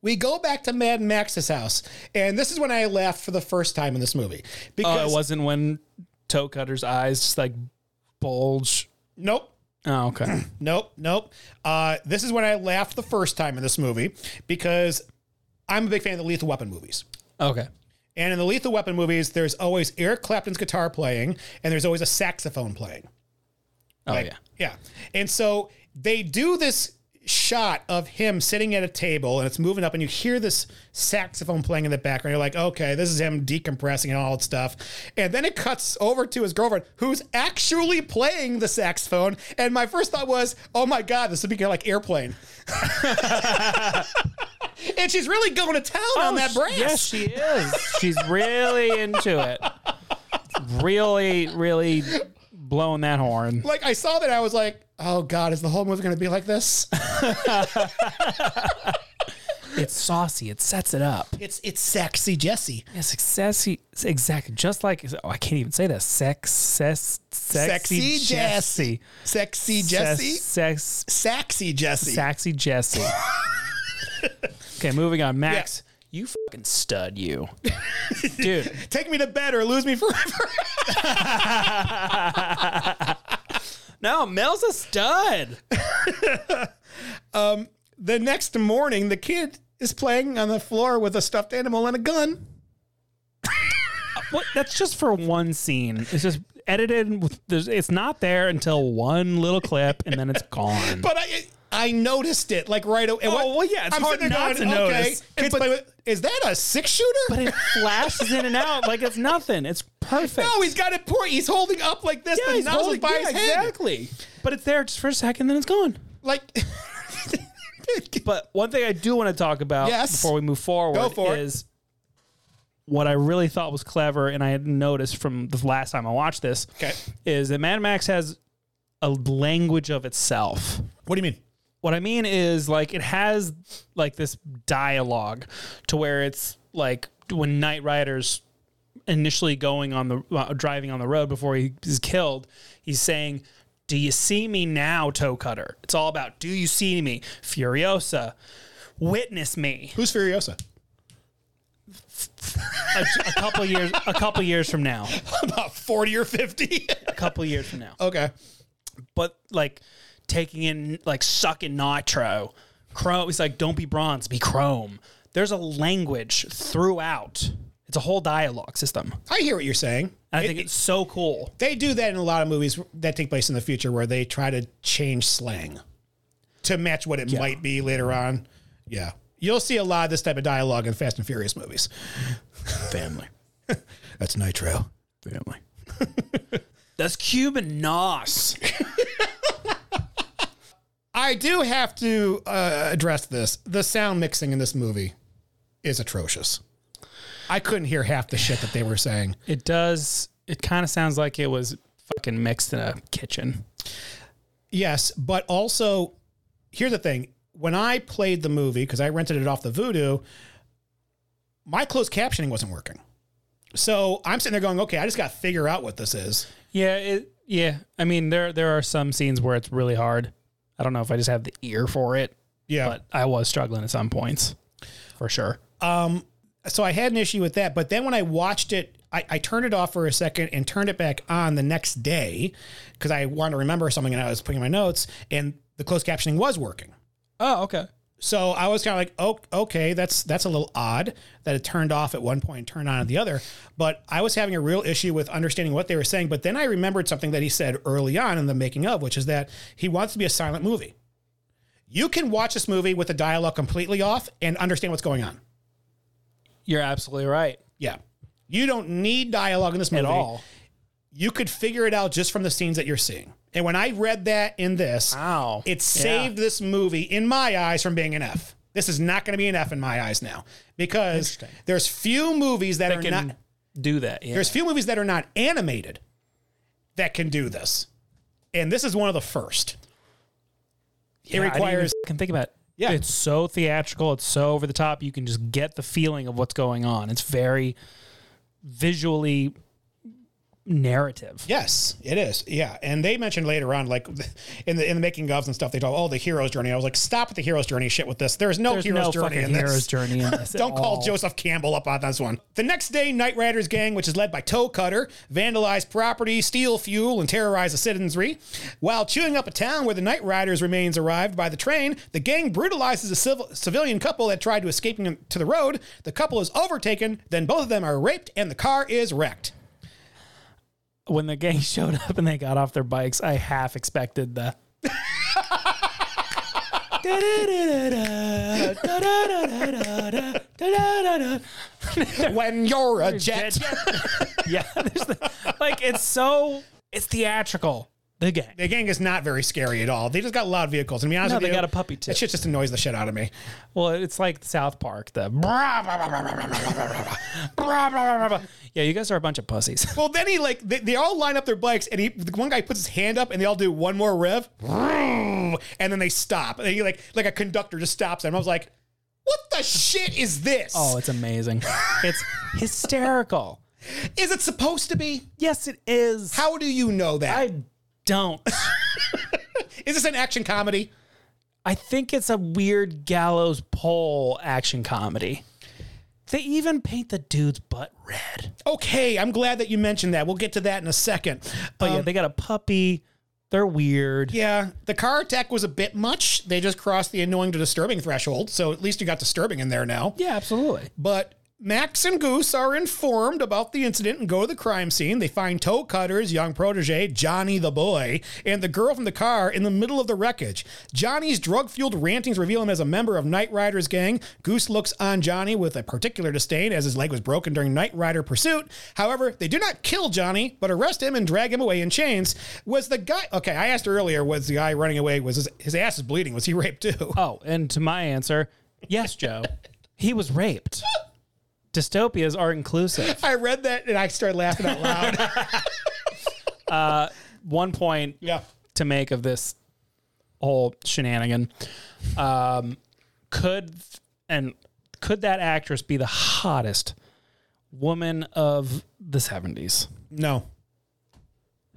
S1: we go back to Mad Max's house, and this is when I laughed for the first time in this movie
S4: Oh,
S1: because
S4: it wasn't when Toe Cutter's eyes just like bulge.
S1: nope.
S4: Oh, okay.
S1: Nope, nope. Uh, this is when I laughed the first time in this movie because I'm a big fan of the Lethal Weapon movies.
S4: okay.
S1: And in the Lethal Weapon movies, there's always Eric Clapton's guitar playing, and there's always a saxophone playing.
S4: Oh
S1: Like,
S4: yeah.
S1: Yeah. And so they do this shot of him sitting at a table and it's moving up and you hear this saxophone playing in the background. You're like, okay, this is him decompressing and all that stuff. And then it cuts over to his girlfriend who's actually playing the saxophone. And my first thought was, oh my God, this would be kind of like airplane. and she's really going to town on that brass.
S4: Oh, Yes, she is. She's really into it. Really, really blowing that horn.
S1: like I saw that I was like, oh God, is the whole movie going to be like this?
S4: It's saucy. It sets it up.
S1: it's, it's sexy Jesse.
S4: Yeah, successy. Exactly. Just like oh, I can't even say that. Success. Sexy,
S1: Sexy Jesse.
S4: Jesse.
S1: Sexy
S4: Ses-
S1: Jesse.
S4: Sex.
S1: Sexy Jesse.
S4: Sexy Jesse. Okay, moving on. Max, you fucking stud, you. Dude,
S1: Take me to bed or lose me forever.
S4: no, Mel's a stud.
S1: the next morning, the kid is playing on the floor with a stuffed animal and a gun.
S4: What? That's just for one scene. It's just edited. With, there's, it's not there until one little clip, and then it's gone.
S1: But I I noticed it like right away.
S4: Oh, well, yeah, it's hard
S1: sitting there
S4: not to notice.
S1: Okay, kids
S4: But-
S1: play with. Is that a six shooter?
S4: but it flashes in and out like it's nothing. It's perfect.
S1: no, he's got it poor. He's holding up like this. the nozzle by his head.
S4: exactly. But it's there just for a second, then it's gone.
S1: Like,
S4: But one thing I do want to talk about
S1: Yes.
S4: before we move forward
S1: Go for it.
S4: is what I really thought was clever, and I had noticed from the last time I watched this,
S1: Okay.
S4: is that Mad Max has a language of itself.
S1: what do you mean?
S4: What I mean is like it has like this dialogue to where it's like when Knight Rider's initially going on the uh, driving on the road before he is killed, he's saying, "Do you see me now, Toe Cutter?" It's all about, "Do you see me, Furiosa? Witness me."
S1: Who's Furiosa?
S4: A, a couple years, a couple years from now,
S1: About forty or fifty.
S4: a couple years from now.
S1: okay.
S4: but like taking in like sucking nitro chrome it's like don't be bronze be chrome there's a language throughout it's a whole dialogue system
S1: I hear what you're saying.
S4: and i think it's so cool
S1: They do that in a lot of movies that take place in the future where they try to change slang to match what it might be later on. Yeah. You'll see a lot of this type of dialogue in Fast and Furious movies. Family. That's Nitro. Family.
S4: that's cuban nos
S1: I do have to uh, address this. The sound mixing in this movie is atrocious. I couldn't hear half the shit that they were saying.
S4: it does it kind of sounds like it was fucking mixed in a kitchen
S1: Yes, but also here's the thing. When I played the movie, because I rented it off the voodoo, my closed captioning wasn't working. So I'm sitting there going, okay, I just gotta figure out what this is.
S4: yeah it yeah i mean there there are some scenes where it's really hard i don't know if i just have the ear for it
S1: Yeah.
S4: but i was struggling at some points for sure
S1: so I had an issue with that. But then when I watched it, I, I turned it off for a second and turned it back on the next day because I wanted to remember something and I was putting in my notes and the closed captioning was working.
S4: oh okay
S1: So I was kind of like, oh, okay, that's that's a little odd that it turned off at one point and turned on at the other. But I was having a real issue with understanding what they were saying. But then I remembered something that he said early on in the making of, which is that he wants to be a silent movie. You can watch this movie with the dialogue completely off and understand what's going on.
S4: you're absolutely right
S1: Yeah. You don't need dialogue in this movie
S4: at all.
S1: You could figure it out just from the scenes that you're seeing. And when I read that in this,
S4: Wow.
S1: it
S4: Yeah.
S1: saved this movie in my eyes from being an F. This is not going to be an F in my eyes now because there's few movies that,
S4: They
S1: are
S4: can
S1: not
S4: do that. Yeah.
S1: there's few movies that are not animated that can do this. And this is one of the first.
S4: Yeah,
S1: it requires
S4: I can think about. It.
S1: Yeah.
S4: it's so theatrical. It's so over the top. You can just get the feeling of what's going on. It's very visually narrative.
S1: Yes, it is. Yeah, and they mentioned later on, like in the in the making ofs and stuff, they talk, "Oh, the hero's journey." I was like, "Stop with the hero's journey shit with this. There's no
S4: There's
S1: hero's
S4: no
S1: journey
S4: fucking
S1: in this.
S4: hero's journey in this at
S1: Don't call
S4: all.
S1: Joseph Campbell up on this one." The next day, Night Riders gang, which is led by Toe Cutter, vandalized property, steal fuel, and terrorize the citizenry. While chewing up a town where the Night Riders' remains arrived by the train, the gang brutalizes a civil, civilian couple that tried to escape to the road. The couple is overtaken, then both of them are raped, and the car is wrecked.
S4: When the gang showed up and they got off their bikes, I half expected the.
S1: When you're a jet.
S4: yeah, there's the, like it's so it's theatrical. The gang.
S1: The gang is not very scary at all. They just got a lot of vehicles. And to be honest
S4: No,
S1: with
S4: they
S1: you,
S4: got a puppy, too.
S1: That shit just annoys the shit out of me.
S4: Well, it's like South Park. The yeah, you guys are a bunch of pussies.
S1: Well, then he like they, they all line up their bikes, and he the one guy puts his hand up, and they all do one more rev, and then they stop. And he like like a conductor just stops them. I was like, what the shit is this?
S4: Oh, it's amazing. It's hysterical.
S1: is it supposed to be?
S4: Yes, it is.
S1: How do you know that?
S4: I don't.
S1: Is this an action comedy?
S4: I think it's a weird gallows pole action comedy. They even paint the dude's butt red.
S1: Okay, I'm glad that you mentioned that. We'll get to that in a second.
S4: But yeah,
S1: Um,
S4: they got a puppy. They're weird.
S1: yeah, the car attack was a bit much. They just crossed the annoying to disturbing threshold, so at least you got disturbing in there now.
S4: Yeah, absolutely.
S1: But Max and Goose are informed about the incident and go to the crime scene. They find Toe Cutter's young protege, Johnny the Boy, and the girl from the car in the middle of the wreckage. Johnny's drug fueled rantings reveal him as a member of Knight Rider's gang. Goose looks on Johnny with a particular disdain as his leg was broken during Knight Rider pursuit. However, they do not kill Johnny, but arrest him and drag him away in chains. Was the guy. Okay, I asked earlier, was the guy running away, was his, his ass is bleeding? Was he raped too?
S4: Oh, and to my answer, yes, Joe. he was raped. Dystopias are inclusive.
S1: I read that and I started laughing out loud.
S4: One point
S1: yeah.
S4: to make of this whole shenanigan. Um, could and could that actress be the hottest woman of the seventies?
S1: No.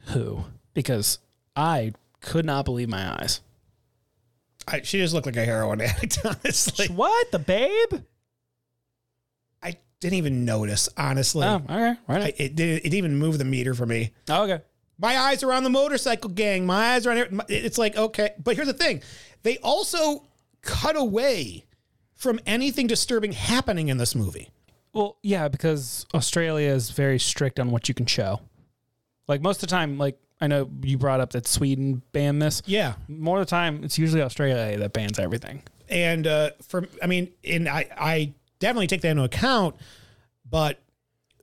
S4: Who? Because I could not believe my eyes.
S1: I, she just looked like a heroin addict, honestly.
S4: What the babe?
S1: I didn't even notice, honestly.
S4: Oh, okay,
S1: I,
S4: right.
S1: it, did, it didn't even move the meter for me.
S4: okay.
S1: My eyes are on the motorcycle gang. My eyes are on it. My- It's like, okay. But here's the thing they also cut away from anything disturbing happening in this movie.
S4: Well, yeah, because Australia is very strict on what you can show. Like most of the time, like I know you brought up that Sweden banned this.
S1: Yeah.
S4: More of the time, it's usually Australia that bans everything.
S1: and uh, for I mean, and I I definitely take that into account, but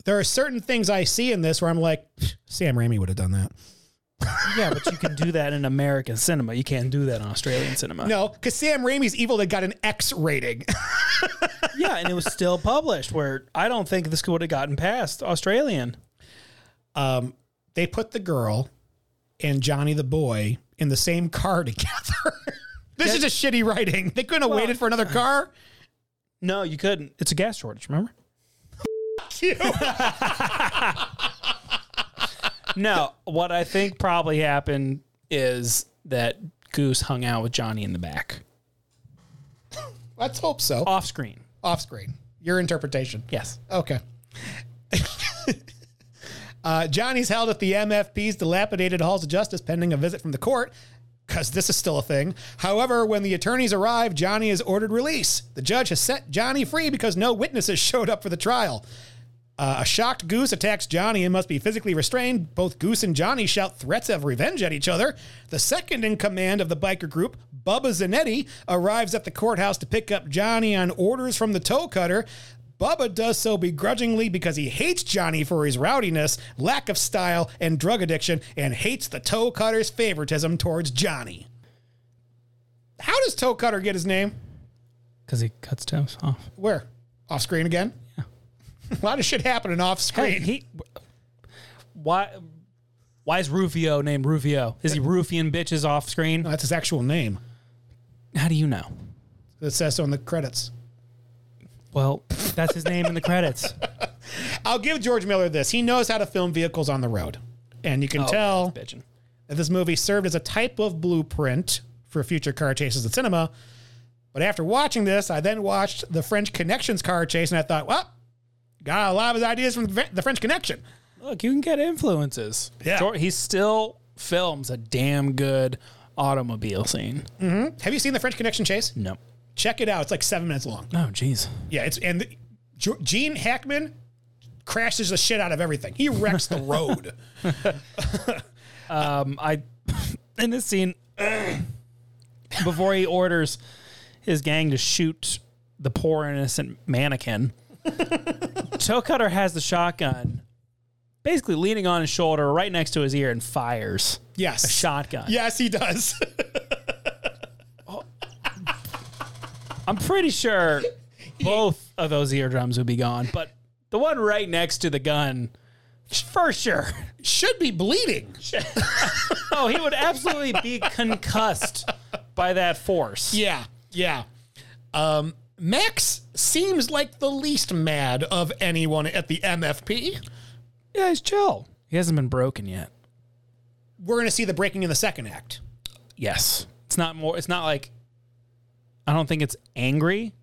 S1: there are certain things I see in this where I'm like, Sam Raimi would have done that.
S4: Yeah, but you can do that in American cinema. You can't do that in Australian cinema.
S1: No, because Sam Raimi's Evil Dead got an X rating.
S4: Yeah, and it was still published where I don't think this would have gotten past Australian.
S1: they put the girl and Johnny the boy in the same car together. this is just shitty writing. They couldn't have waited for another car.
S4: No, you couldn't. It's a gas shortage, remember? No, what I think probably happened is that Goose hung out with Johnny in the back.
S1: Let's hope so.
S4: Off screen.
S1: Off screen. Your interpretation.
S4: Yes.
S1: Okay. uh, Johnny's held at the MFP's dilapidated halls of justice pending a visit from the court. Because this is still a thing. However, when the attorneys arrive, Johnny is ordered release. The judge has set Johnny free because no witnesses showed up for the trial. Uh, a shocked Goose attacks Johnny and must be physically restrained. Both Goose and Johnny shout threats of revenge at each other. The second in command of the biker group, Bubba Zanetti, arrives at the courthouse to pick up Johnny on orders from the toe cutter. Bubba does so begrudgingly because he hates Johnny for his rowdiness, lack of style, and drug addiction, and hates the toe cutter's favoritism towards Johnny. How does toe cutter get his name?
S4: Because he cuts toes off.
S1: Where? Off screen again? a lot of shit happening off screen.
S4: Hey, he. Why? Why is Rufio named Rufio? Is he roofing bitches off screen?
S1: No, that's his actual name.
S4: How do you know?
S1: It says so in the credits.
S4: Well, that's his name in the credits.
S1: I'll give George Miller this. He knows how to film vehicles on the road. And you can tell
S4: bitching.
S1: that this movie served as a type of blueprint for future car chases at cinema. But after watching this, I then watched the French Connections car chase and I thought, well, got a lot of his ideas from the French Connection.
S4: Look, you can get influences.
S1: Yeah.
S4: Jor- He still films a damn good automobile scene.
S1: Have you seen the French Connection chase?
S4: No.
S1: Check it out. It's like seven minutes long.
S4: Oh, jeez.
S1: Yeah, it's and the, Jo- Gene Hackman crashes the shit out of everything. He wrecks the road.
S4: Um, I in this scene before he orders his gang to shoot the poor innocent mannequin, Toe Cutter has the shotgun, basically leaning on his shoulder, right next to his ear, and fires
S1: Yes.
S4: a shotgun.
S1: Yes, he does.
S4: I'm pretty sure both of those eardrums would be gone, but the one right next to the gun, for sure.
S1: Should be bleeding.
S4: Oh, he would absolutely be concussed by that force.
S1: Yeah, yeah. Um, Max seems like the least mad of anyone at the MFP.
S4: Yeah, he's chill. He hasn't been broken yet.
S1: We're going to see the breaking in the second act.
S4: Yes. It's not more. It's not like I don't think it's angry.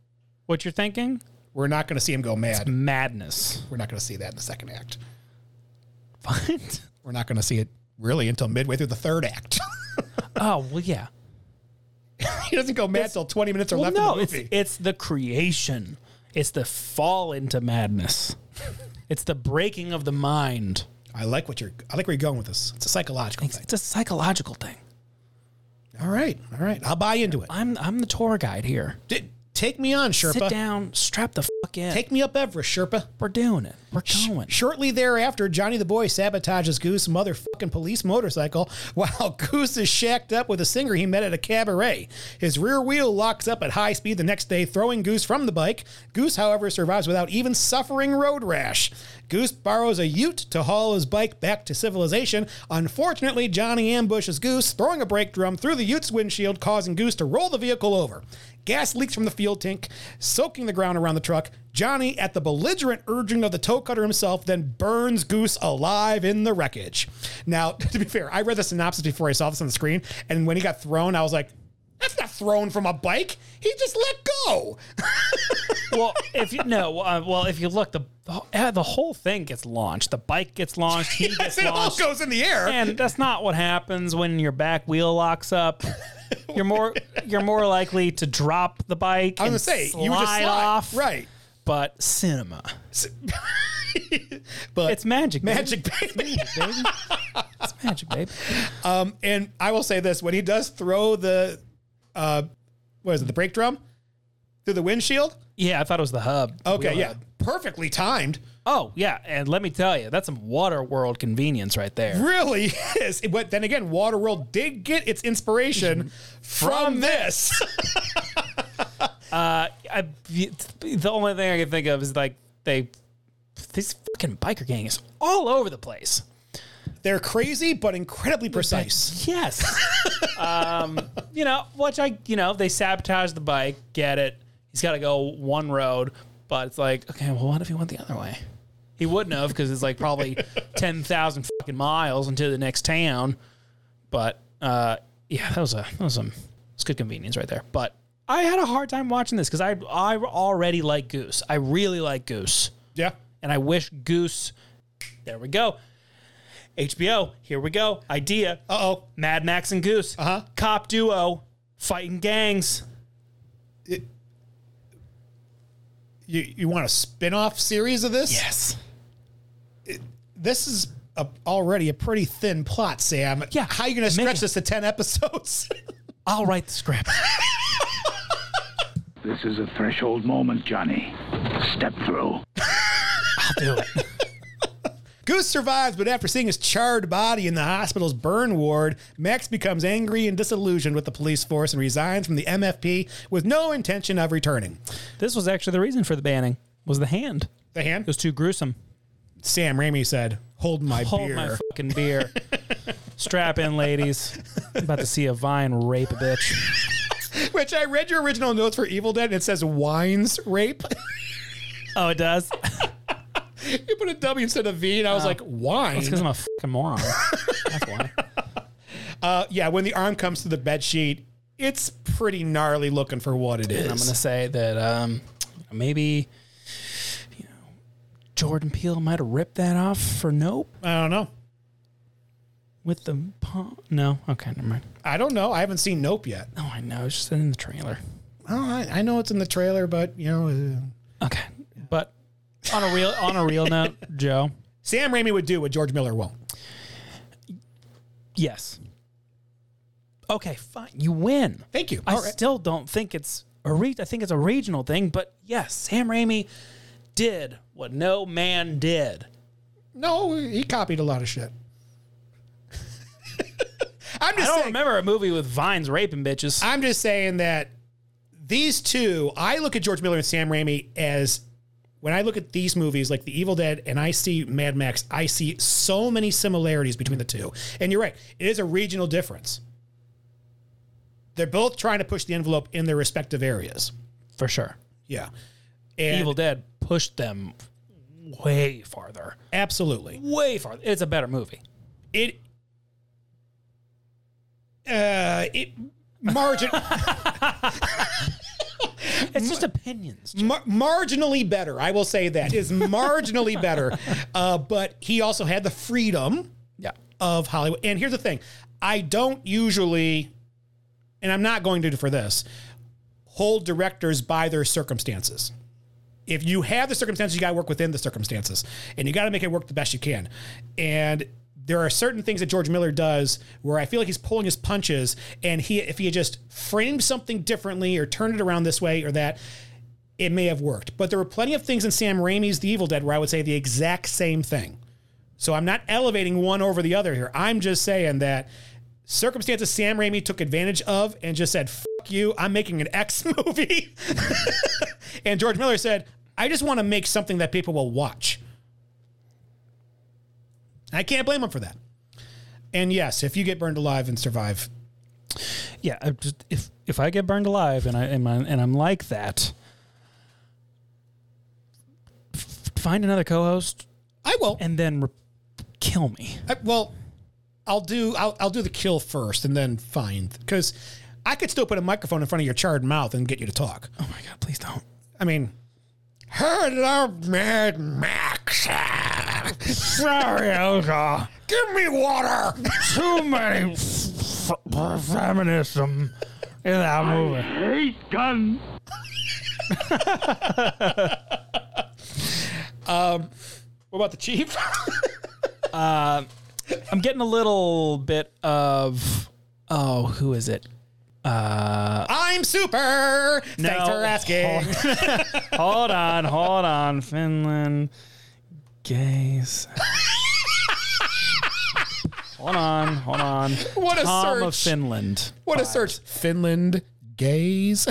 S4: What you're thinking?
S1: We're not going to see him go mad.
S4: Madness.
S1: We're not going to see that in the second act.
S4: What?
S1: We're not going to see it really until midway through the third act.
S4: Oh well, yeah.
S1: he doesn't go mad till 20 minutes are
S4: Well,
S1: left
S4: no,
S1: in the
S4: it's
S1: movie.
S4: it's the creation. It's the fall into madness. it's the breaking of the mind.
S1: I like what you're. I like where you're going with this. It's a psychological
S4: It's,
S1: thing.
S4: it's a psychological thing.
S1: All right, all right. I'll buy into it.
S4: I'm I'm the tour guide here.
S1: D- take me on, Sherpa.
S4: Sit down, strap the fuck in.
S1: Take me up Everest, Sherpa.
S4: We're doing it. We're going.
S1: Shortly thereafter, Johnny the Boy sabotages Goose's motherfucking police motorcycle while Goose is shacked up with a singer he met at a cabaret. His rear wheel locks up at high speed the next day, throwing Goose from the bike. Goose, however, survives without even suffering road rash. Goose borrows a ute to haul his bike back to civilization. Unfortunately, Johnny ambushes Goose, throwing a brake drum through the ute's windshield, causing Goose to roll the vehicle over. Gas leaks from the fuel tank, soaking the ground around the truck. Johnny, at the belligerent urging of the toe cutter himself, then burns Goose alive in the wreckage. Now, to be fair, I read the synopsis before I saw this on the screen, and when he got thrown, I was like, that's not thrown from a bike. He just let go.
S4: well, if you no, uh, well, if you look, the uh, the whole thing gets launched. The bike gets launched. He
S1: Yes,
S4: gets
S1: it all
S4: launched.
S1: goes in the air.
S4: and that's not what happens when your back wheel locks up. You're more you're more likely to drop the bike.
S1: I
S4: and
S1: was gonna say,
S4: slide
S1: you were just slide.
S4: off,
S1: Right.
S4: But cinema,
S1: But
S4: it's magic, baby.
S1: magic, baby.
S4: baby. It's magic, babe.
S1: Um, And I will say this: when he does throw the, uh, what is it, the brake drum through the windshield?
S4: Yeah, I thought it was the hub.
S1: Okay,
S4: Wheel
S1: yeah,
S4: hub.
S1: perfectly timed.
S4: Oh, yeah, and let me tell you, that's some water world convenience right there.
S1: Really is. But then again, Waterworld did get its inspiration from this.
S4: I, the only thing I can think of is like they this fucking biker gang is all over the place.
S1: They're crazy, but incredibly precise.
S4: Yes. um, you know, which I, you know, they sabotage the bike. Get it? He's got to go one road, but it's like, okay, well, what if he went the other way? He wouldn't have because it's like probably ten thousand fucking miles into the next town. But uh, yeah, that was a that was some it's good convenience right there. But I had a hard time watching this because I I already like Goose. I really like Goose
S1: Yeah.
S4: and I wish Goose. There we go. HBO, here we go. Idea. Uh oh. Mad Max and Goose. Uh huh. Cop duo fighting gangs.
S1: You you want a spin-off series of this?
S4: Yes.
S1: This is a, already a pretty thin plot, Sam.
S4: Yeah.
S1: How you going to
S4: Make
S1: stretch
S4: it-
S1: this to 10 episodes?
S4: I'll write the script.
S10: This is a threshold moment, Johnny. Step through.
S4: I'll do it.
S1: Goose survives, but after seeing his charred body in the hospital's burn ward, Max becomes angry and disillusioned with the police force and resigns from the MFP with no intention of returning.
S4: this was actually the reason for the banning. Was the hand?
S1: The
S4: It
S1: hand?
S4: was too gruesome.
S1: Sam Raimi said, Hold my
S4: Hold
S1: beer.
S4: my fucking beer. Strap in, ladies. I'm about to see a vine rape a bitch.
S1: Which I read your original notes for Evil Dead and it says wines rape.
S4: Oh, it does.
S1: you put a W instead of V and I was like, wine.
S4: Because I'm a fucking moron. That's why.
S1: Uh, yeah, when the arm comes to the bed sheet, it's pretty gnarly looking for what it is.
S4: And I'm going to say that um, maybe you know Jordan Peele might have ripped that off for Nope
S1: I don't know.
S4: with the pom- no. Okay, never mind.
S1: I don't know. I haven't seen Nope yet.
S4: Oh, I know. It's just in the trailer.
S1: Oh, I, I know it's in the trailer, but you know, uh,
S4: Okay, but on a real on a real note, Joe.
S1: Sam Raimi would do what George Miller won't.
S4: Yes. Okay, fine. You win.
S1: Thank you.
S4: I
S1: All right.
S4: still don't think it's a re- I think it's a regional thing, but yes, Sam Raimi did what no man did.
S1: No, he copied a lot of shit. I'm
S4: I
S1: just
S4: don't
S1: saying,
S4: remember a movie with vines raping bitches.
S1: I'm just saying that these two, I look at George Miller and Sam Raimi as when I look at these movies like The Evil Dead and I see Mad Max, I see so many similarities between the two. And you're right, it is a regional difference. They're both trying to push the envelope in their respective areas.
S4: for sure.
S1: Yeah. And
S4: Evil Dead pushed them way farther.
S1: Absolutely.
S4: Way farther. It's a better movie.
S1: it uh it margin
S4: It's just opinions.
S1: Mar- marginally better. I will say that is marginally better. Uh, but he also had the freedom
S4: Yeah.
S1: of Hollywood. And here's the thing I don't usually, and I'm not going to for this, hold directors by their circumstances. If you have the circumstances, you got to work within the circumstances and you got to make it work the best you can. And there are certain things that George Miller does where I feel like he's pulling his punches and he if he had just framed something differently or turned it around this way or that it may have worked. But there were plenty of things in Sam Raimi's The Evil Dead where I would say the exact same thing. So I'm not elevating one over the other here. I'm just saying that circumstances Sam Raimi took advantage of and just said, fuck you, I'm making an X movie. and George Miller said, I just want to make something that people will watch. I can't blame him for that. And yes, if you get burned alive and survive,
S4: Yeah. I just, if if I get burned alive and I and, my, and I'm like that, f- find another co-host
S1: I will.
S4: and then re- kill me.
S1: I, well, I'll do I'll, I'll do the kill first and then find because I could still put a microphone in front of your charred mouth and get you to talk.
S4: Oh my god! Please don't.
S1: I mean, hello, Mad Max.
S4: Sorry, Elsa.
S1: Give me water.
S4: Too many feminism in that movie.
S10: Hate gun.
S4: Um,
S1: What about the chief?
S4: Uh, I'm getting a little bit of oh, who is it?
S1: I'm super. Thanks for
S4: Oh
S1: asking.
S4: Hold on, hold on, Finland. Gays. hold on, hold on.
S1: What a
S4: Tom
S1: search.
S4: of Finland.
S1: What a search. Finland gays.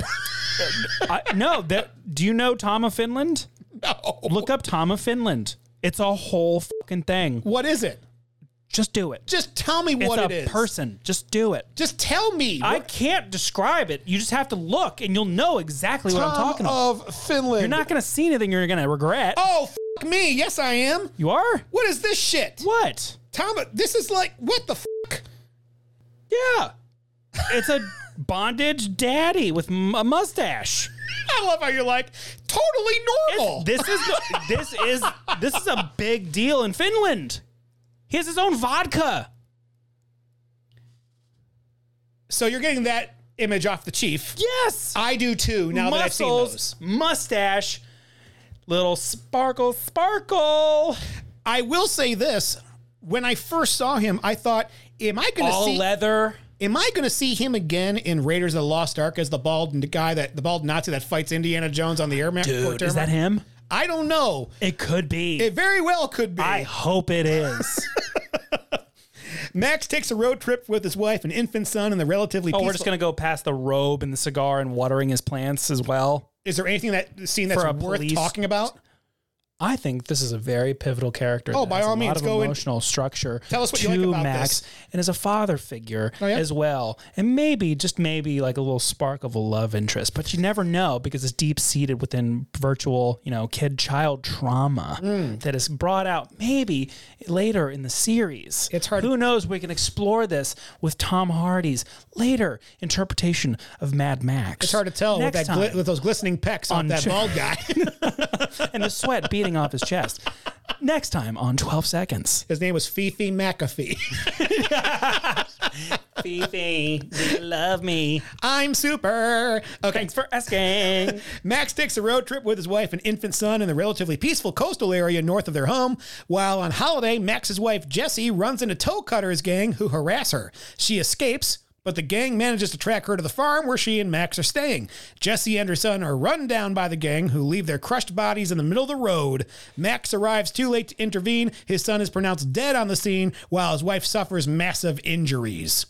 S4: I, no, that, do you know Tom of Finland?
S1: no.
S4: Look up Tom of Finland. It's a whole fucking thing.
S1: What is it?
S4: Just do it.
S1: Just tell me
S4: It's
S1: what
S4: a
S1: it is.
S4: person. Just do it.
S1: Just tell me.
S4: I
S1: what
S4: can't describe it. You just have to look, and you'll know exactly what I'm
S1: Tom
S4: talking about.
S1: of Finland.
S4: You're not going to see anything you're going to regret.
S1: Oh, fuck me. Yes, I am.
S4: You are?
S1: What is this shit?
S4: What?
S1: Tom, this is like, what the fuck?
S4: Yeah. It's a bondage daddy with m- a mustache.
S1: I love how you're like, totally normal.
S4: It's- this is the- this is this is a big deal in Finland. He has his own vodka.
S1: so you're getting that image off the chief.
S4: Yes.
S1: I do too, now that I've seen those.
S4: Uh, Muscles, mustache, little sparkle, sparkle.
S1: I will say this. When I first saw him, I thought, am I going to
S4: All
S1: see...
S4: leather.
S1: Am I going to see him again in Raiders of the Lost Ark as the bald the guy that the bald Nazi that fights Indiana Jones on the air ma-
S4: Dude,
S1: terminal?
S4: is that him?
S1: I don't know.
S4: It could be.
S1: It very well could be.
S4: I hope it is.
S1: Max takes a road trip with his wife, an infant son, and the relatively.
S4: oh,
S1: peaceful-
S4: we're just gonna go past the robe and the cigar and watering his plants as well.
S1: Is there anything that scene that's
S4: For a
S1: worth
S4: police-
S1: talking about?
S4: I think this is a very pivotal character.
S1: Oh,
S4: that
S1: by
S4: has
S1: all
S4: a
S1: means,
S4: lot of
S1: go in-
S4: emotional structure.
S1: Tell us what you
S4: to
S1: like about
S4: Max,
S1: this.
S4: and as a father figure
S1: Oh, yeah?
S4: as well, and maybe just maybe like a little spark of a love interest, but you never know because it's deep seated within virtual, you know, kid child trauma
S1: Mm.
S4: that is brought out maybe later in the series.
S1: It's hard-
S4: Who knows? We can explore this with Tom Hardy's later interpretation of Mad Max.
S1: It's hard to tell with,
S4: Next
S1: that
S4: time
S1: gli- with those glistening pecs on
S4: On
S1: that
S4: Ch-
S1: bald guy.
S4: and the sweat beating off his chest. Next time on 12 Seconds.
S1: His name was Fifi McAfee.
S4: Fifi, do you love me?
S1: I'm super. Okay.
S4: Thanks for asking.
S1: Max takes a road trip with his wife and infant son in the relatively peaceful coastal area north of their home. While on holiday, Max's wife Jessie runs into Toe Cutter's gang who harass her. She escapes, but the gang manages to track her to the farm where she and Max are staying. Jessie and her son are run down by the gang who leave their crushed bodies in the middle of the road. Max arrives too late to intervene. His son is pronounced dead on the scene while his wife suffers massive injuries.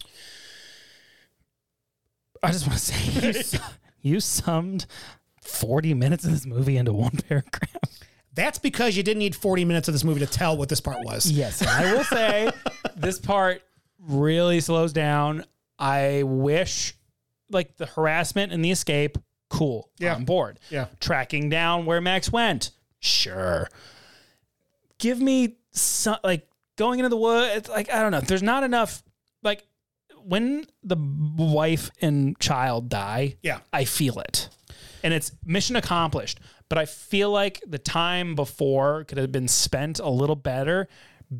S4: I just want to say you, su- you summed 40 minutes of this movie into one paragraph.
S1: That's because you didn't need 40 minutes of this movie to tell what this part was.
S4: Yes, and I will say this part really slows down. I wish, like the harassment and the escape, cool.
S1: Yeah.
S4: I'm bored.
S1: Yeah.
S4: Tracking down where Max went, sure. Give me some, like going into the woods. Like I don't know. There's not enough. Like when the wife and child die,
S1: Yeah.
S4: I feel it. and it's mission accomplished. But I feel like the time before could have been spent a little better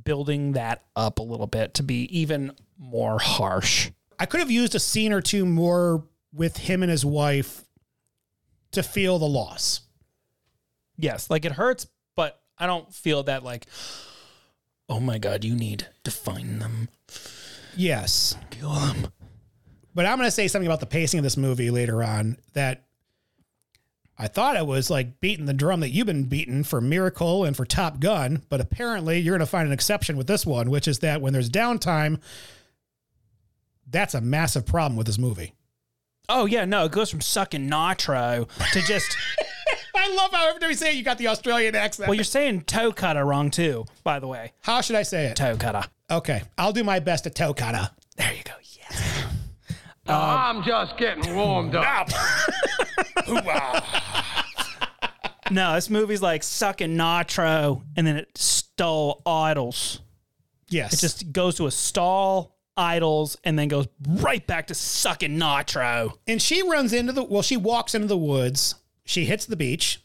S4: building that up a little bit to be even more harsh.
S1: I could have used a scene or two more with him and his wife to feel the loss.
S4: Yes, like it hurts, but I don't feel that like oh my god, you need to find them.
S1: Yes.
S4: Kill them.
S1: But I'm going to say something about the pacing of this movie later on that I thought it was like beating the drum that you've been beating for Miracle and for Top Gun, but apparently you're going to find an exception with this one, which is that when there's downtime, that's a massive problem with this movie.
S4: Oh yeah, no, it goes from sucking nitro to just
S1: I love how every time you say it, you got the Australian accent.
S4: well, you're saying toe cutter wrong too, by the way.
S1: how should I say it?
S4: Toe cutter.
S1: Okay, I'll do my best at toe kata.
S4: There you go. Yes.
S2: I'm just getting warmed up.
S4: No, this movie's like sucking nitro and then it stole idols.
S1: Yes.
S4: It just goes to a stall, idols, and then goes right back to sucking nitro.
S1: And she runs into the well, she walks into the woods. She hits the beach.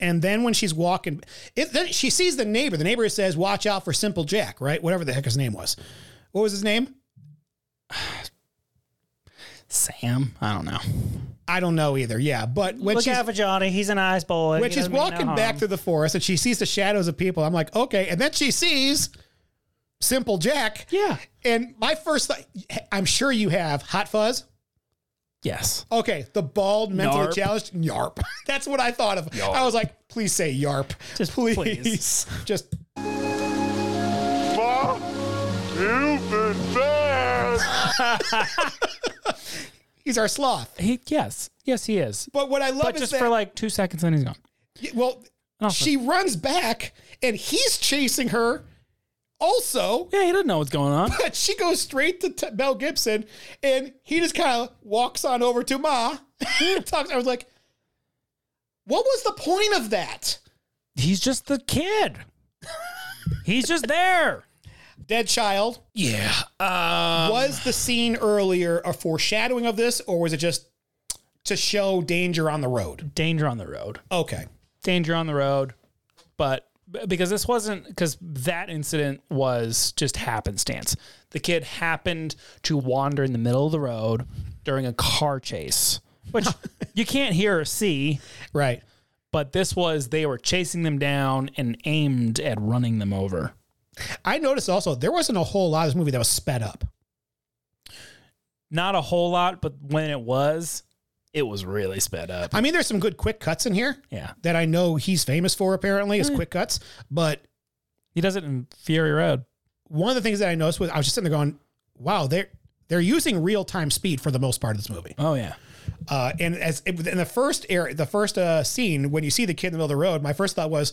S1: And then when she's walking, it, then she sees the neighbor. The neighbor says, "Watch out for Simple Jack," right? Whatever the heck his name was. What was his name?
S4: Sam, I don't know.
S1: I don't know either. Yeah, but when she's
S4: for Johnny. He's an nice boy.
S1: when she's walking back through the forest and she sees the shadows of people, I'm like, okay. And then she sees Simple Jack.
S4: Yeah.
S1: And my first thought, I'm sure you have Hot Fuzz.
S4: Yes.
S1: Okay, the bald, mentally
S4: Yarp.
S1: challenged. Yarp. That's what I thought of. I was like, please say yarp.
S4: Just
S1: please.
S4: please.
S1: Just. He's our sloth.
S4: He, yes. Yes, he is.
S1: But what I love
S4: But
S1: is
S4: just
S1: that,
S4: for like two seconds, then he's gone.
S1: well,
S4: Awesome.
S1: she runs back and he's chasing her. Also,
S4: Yeah, he doesn't know what's going on.
S1: but she goes straight to t- Mel Gibson, and he just kind of walks on over to Ma. and talks. I was like, what was the point of that?
S4: He's just the kid. he's just there.
S1: Dead child.
S4: Yeah. Um,
S1: was the scene earlier a foreshadowing of this, or was it just to show danger on the road?
S4: danger on the road.
S1: Okay.
S4: danger on the road, but b- because this wasn't because that incident was just happenstance. The kid happened to wander in the middle of the road during a car chase, which you can't hear or see.
S1: Right.
S4: But this was they were chasing them down and aimed at running them over.
S1: I noticed also there wasn't a whole lot of this movie that was sped up.
S4: Not a whole lot, but when it was, it was really sped up.
S1: I mean, there's some good quick cuts in here
S4: Yeah,
S1: that I know he's famous for, apparently, is quick cuts. But
S4: he does it in Fury Road.
S1: one of the things that I noticed was I was just sitting there going, wow, they're. They're using real time speed for the most part of this movie,
S4: Oh yeah,
S1: uh, and as in the first air, the first uh, scene when you see the kid in the middle of the road, my first thought was,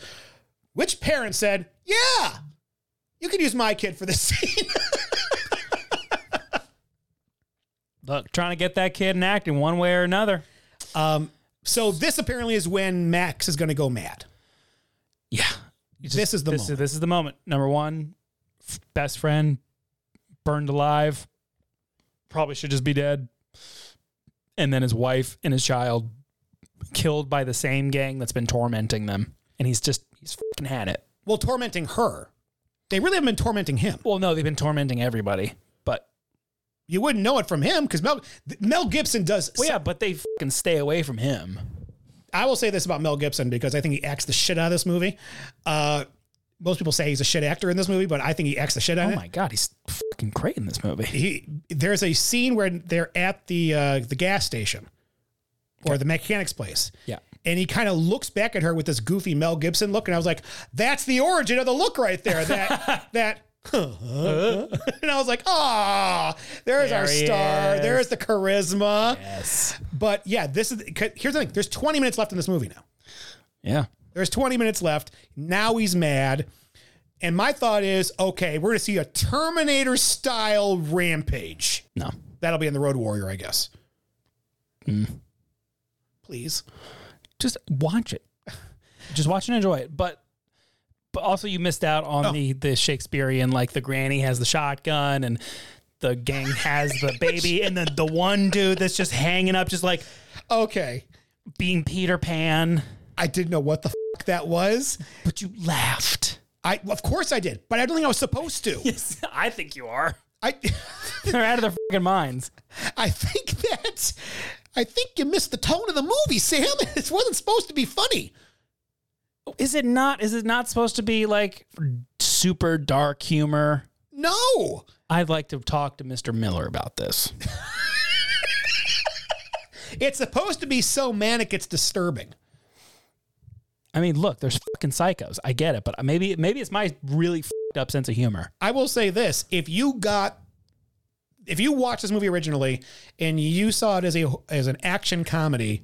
S1: which parent said, "Yeah, you can use my kid for this scene"?
S4: look, trying to get that kid in acting one way or another.
S1: So this apparently is when Max is going to go mad.
S4: Yeah.
S1: This is the
S4: this
S1: moment.
S4: Is, this is the moment. Number one, f- best friend, burned alive, probably should just be dead. And then his wife and his child killed by the same gang that's been tormenting them. And he's just, he's fucking had it.
S1: Well, tormenting her. They really haven't been tormenting him.
S4: Well, no, they've been tormenting everybody. But,
S1: You wouldn't know it from him because Mel th- Mel Gibson does.
S4: well, yeah, but they fucking stay away from him.
S1: I will say this about Mel Gibson because I think he acts the shit out of this movie. Uh, most people say he's a shit actor in this movie, but I think he acts the shit out
S4: Oh
S1: of
S4: my
S1: it.
S4: God, he's fucking great in this movie.
S1: He there's a scene where they're at the uh, the gas station or the mechanic's place.
S4: Yeah.
S1: And he kind of looks back at her with this goofy Mel Gibson look, and I was like, "That's the origin of the look right there." That that, and I was like, "Ah, there's our
S4: There he
S1: star.
S4: is.
S1: There's the charisma."
S4: Yes.
S1: But yeah, this is 'cause here's the thing. There's 20 minutes left in this movie now.
S4: Yeah.
S1: There's 20 minutes left. Now he's mad, and my thought is, okay, we're gonna see a Terminator style rampage.
S4: No.
S1: That'll be in the Road Warrior, I guess. Please.
S4: just watch it. Just watch and enjoy it. But but also you missed out on the the Shakespearean like the granny has the shotgun and the gang has the baby and then the one dude that's just hanging up just like
S1: Okay.
S4: being Peter Pan,
S1: I didn't know what the fuck that was.
S4: but you laughed.
S1: I of course I did, but I don't think I was supposed to.
S4: Yes, I think you are.
S1: I
S4: They're out of their fucking minds.
S1: I think that I think you missed the tone of the movie, Sam. It wasn't supposed to be funny.
S4: Is it not? Is it not supposed to be like super dark humor?
S1: No.
S4: I'd like to talk to Mr. Miller about this.
S1: It's supposed to be so manic it's disturbing.
S4: I mean, look, there's fucking psychos. I get it, but maybe maybe it's my really fucked up sense of humor.
S1: I will say this: if you got, if you watched this movie originally and you saw it as a as an action comedy,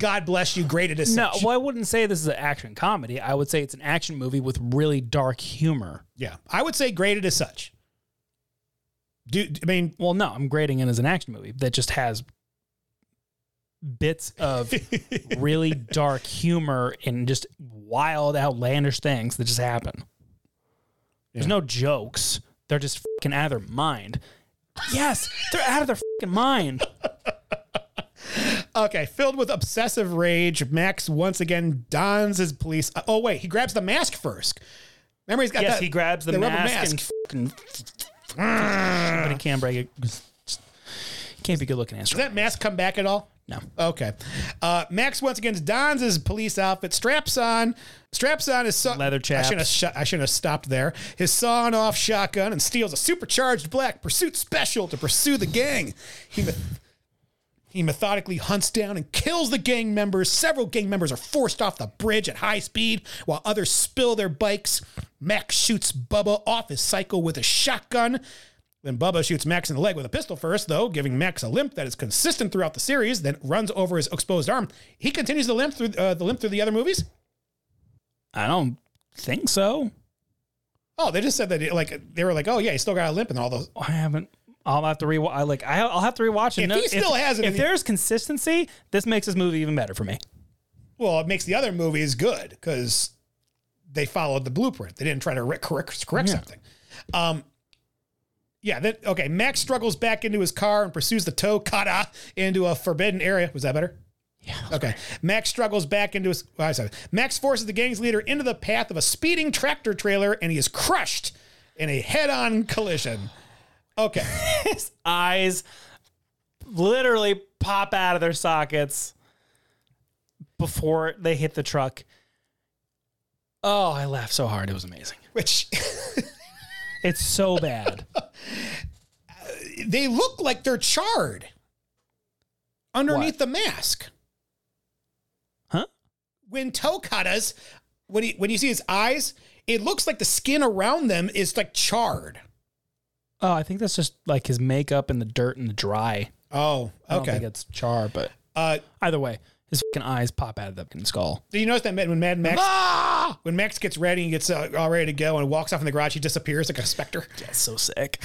S1: God bless you, great it is.
S4: No, well, I wouldn't say this is an action comedy. I would say it's an action movie with really dark humor.
S1: yeah, I would say graded as such. Do I mean
S4: Well, no, I'm grading it as an action movie that just has bits of really dark humor and just wild, outlandish things that just happen. There's no jokes. They're just fucking out of their mind. Yes, they're out of their fucking mind.
S1: Okay, filled with obsessive rage, Max once again dons his police. oh wait, he grabs the mask first. Remember, he's got
S4: Yes,
S1: that-
S4: he grabs the,
S1: rubber
S4: mask, and fucking. but he can't break it. Can't be good looking answer.
S1: Does that mask come back at all?
S4: No.
S1: Okay. Uh, Max once again dons his police outfit, straps on, straps on his saw-
S4: Leather chaps.
S1: I should have sh- I should have stopped there. His sawn-off shotgun and steals a supercharged black pursuit special to pursue the gang. He me- he methodically hunts down and kills the gang members. Several gang members are forced off the bridge at high speed, while others spill their bikes. Max shoots Bubba off his cycle with a shotgun. Then Bubba shoots Max in the leg with a pistol first, though, giving Max a limp that is consistent throughout the series. Then runs over his exposed arm. He continues the limp through uh, the limp through the other movies.
S4: I don't think so.
S1: Oh, they just said that it, like they were like, oh yeah, he still got a limp and all those.
S4: I haven't. I'll have to re. I like. I, I'll have to rewatch it.
S1: If he still has it
S4: if
S1: in the-
S4: there's consistency, this makes this movie even better for me.
S1: Well, it makes the other movies good because they followed the blueprint. They didn't try to re- correct correct something. Um, yeah. That okay. Max struggles back into his car and pursues the tow kata into a forbidden area. Was that better? Okay. Max struggles back into his. oh, sorry. Max forces the gang's leader into the path of a speeding tractor trailer, and he is crushed in a head-on collision. Okay.
S4: His eyes literally pop out of their sockets before they hit the truck. Oh, I laughed so hard. It was amazing.
S1: Which
S4: It's so bad.
S1: they look like they're charred underneath
S4: What?
S1: the mask.
S4: Huh?
S1: When toe katas, when he when you see his eyes, it looks like the skin around them is like charred.
S4: Oh, I think that's just like his makeup and the dirt and the dry.
S1: Oh,
S4: I don't think
S1: okay.
S4: it's char, but
S1: Uh,
S4: either way, his fucking eyes pop out of the fucking skull.
S1: do you notice that Mad- when Mad Max
S4: Ah!
S1: when Max gets ready and gets uh, all ready to go and walks off in the garage, he disappears like a specter.
S4: That's so sick.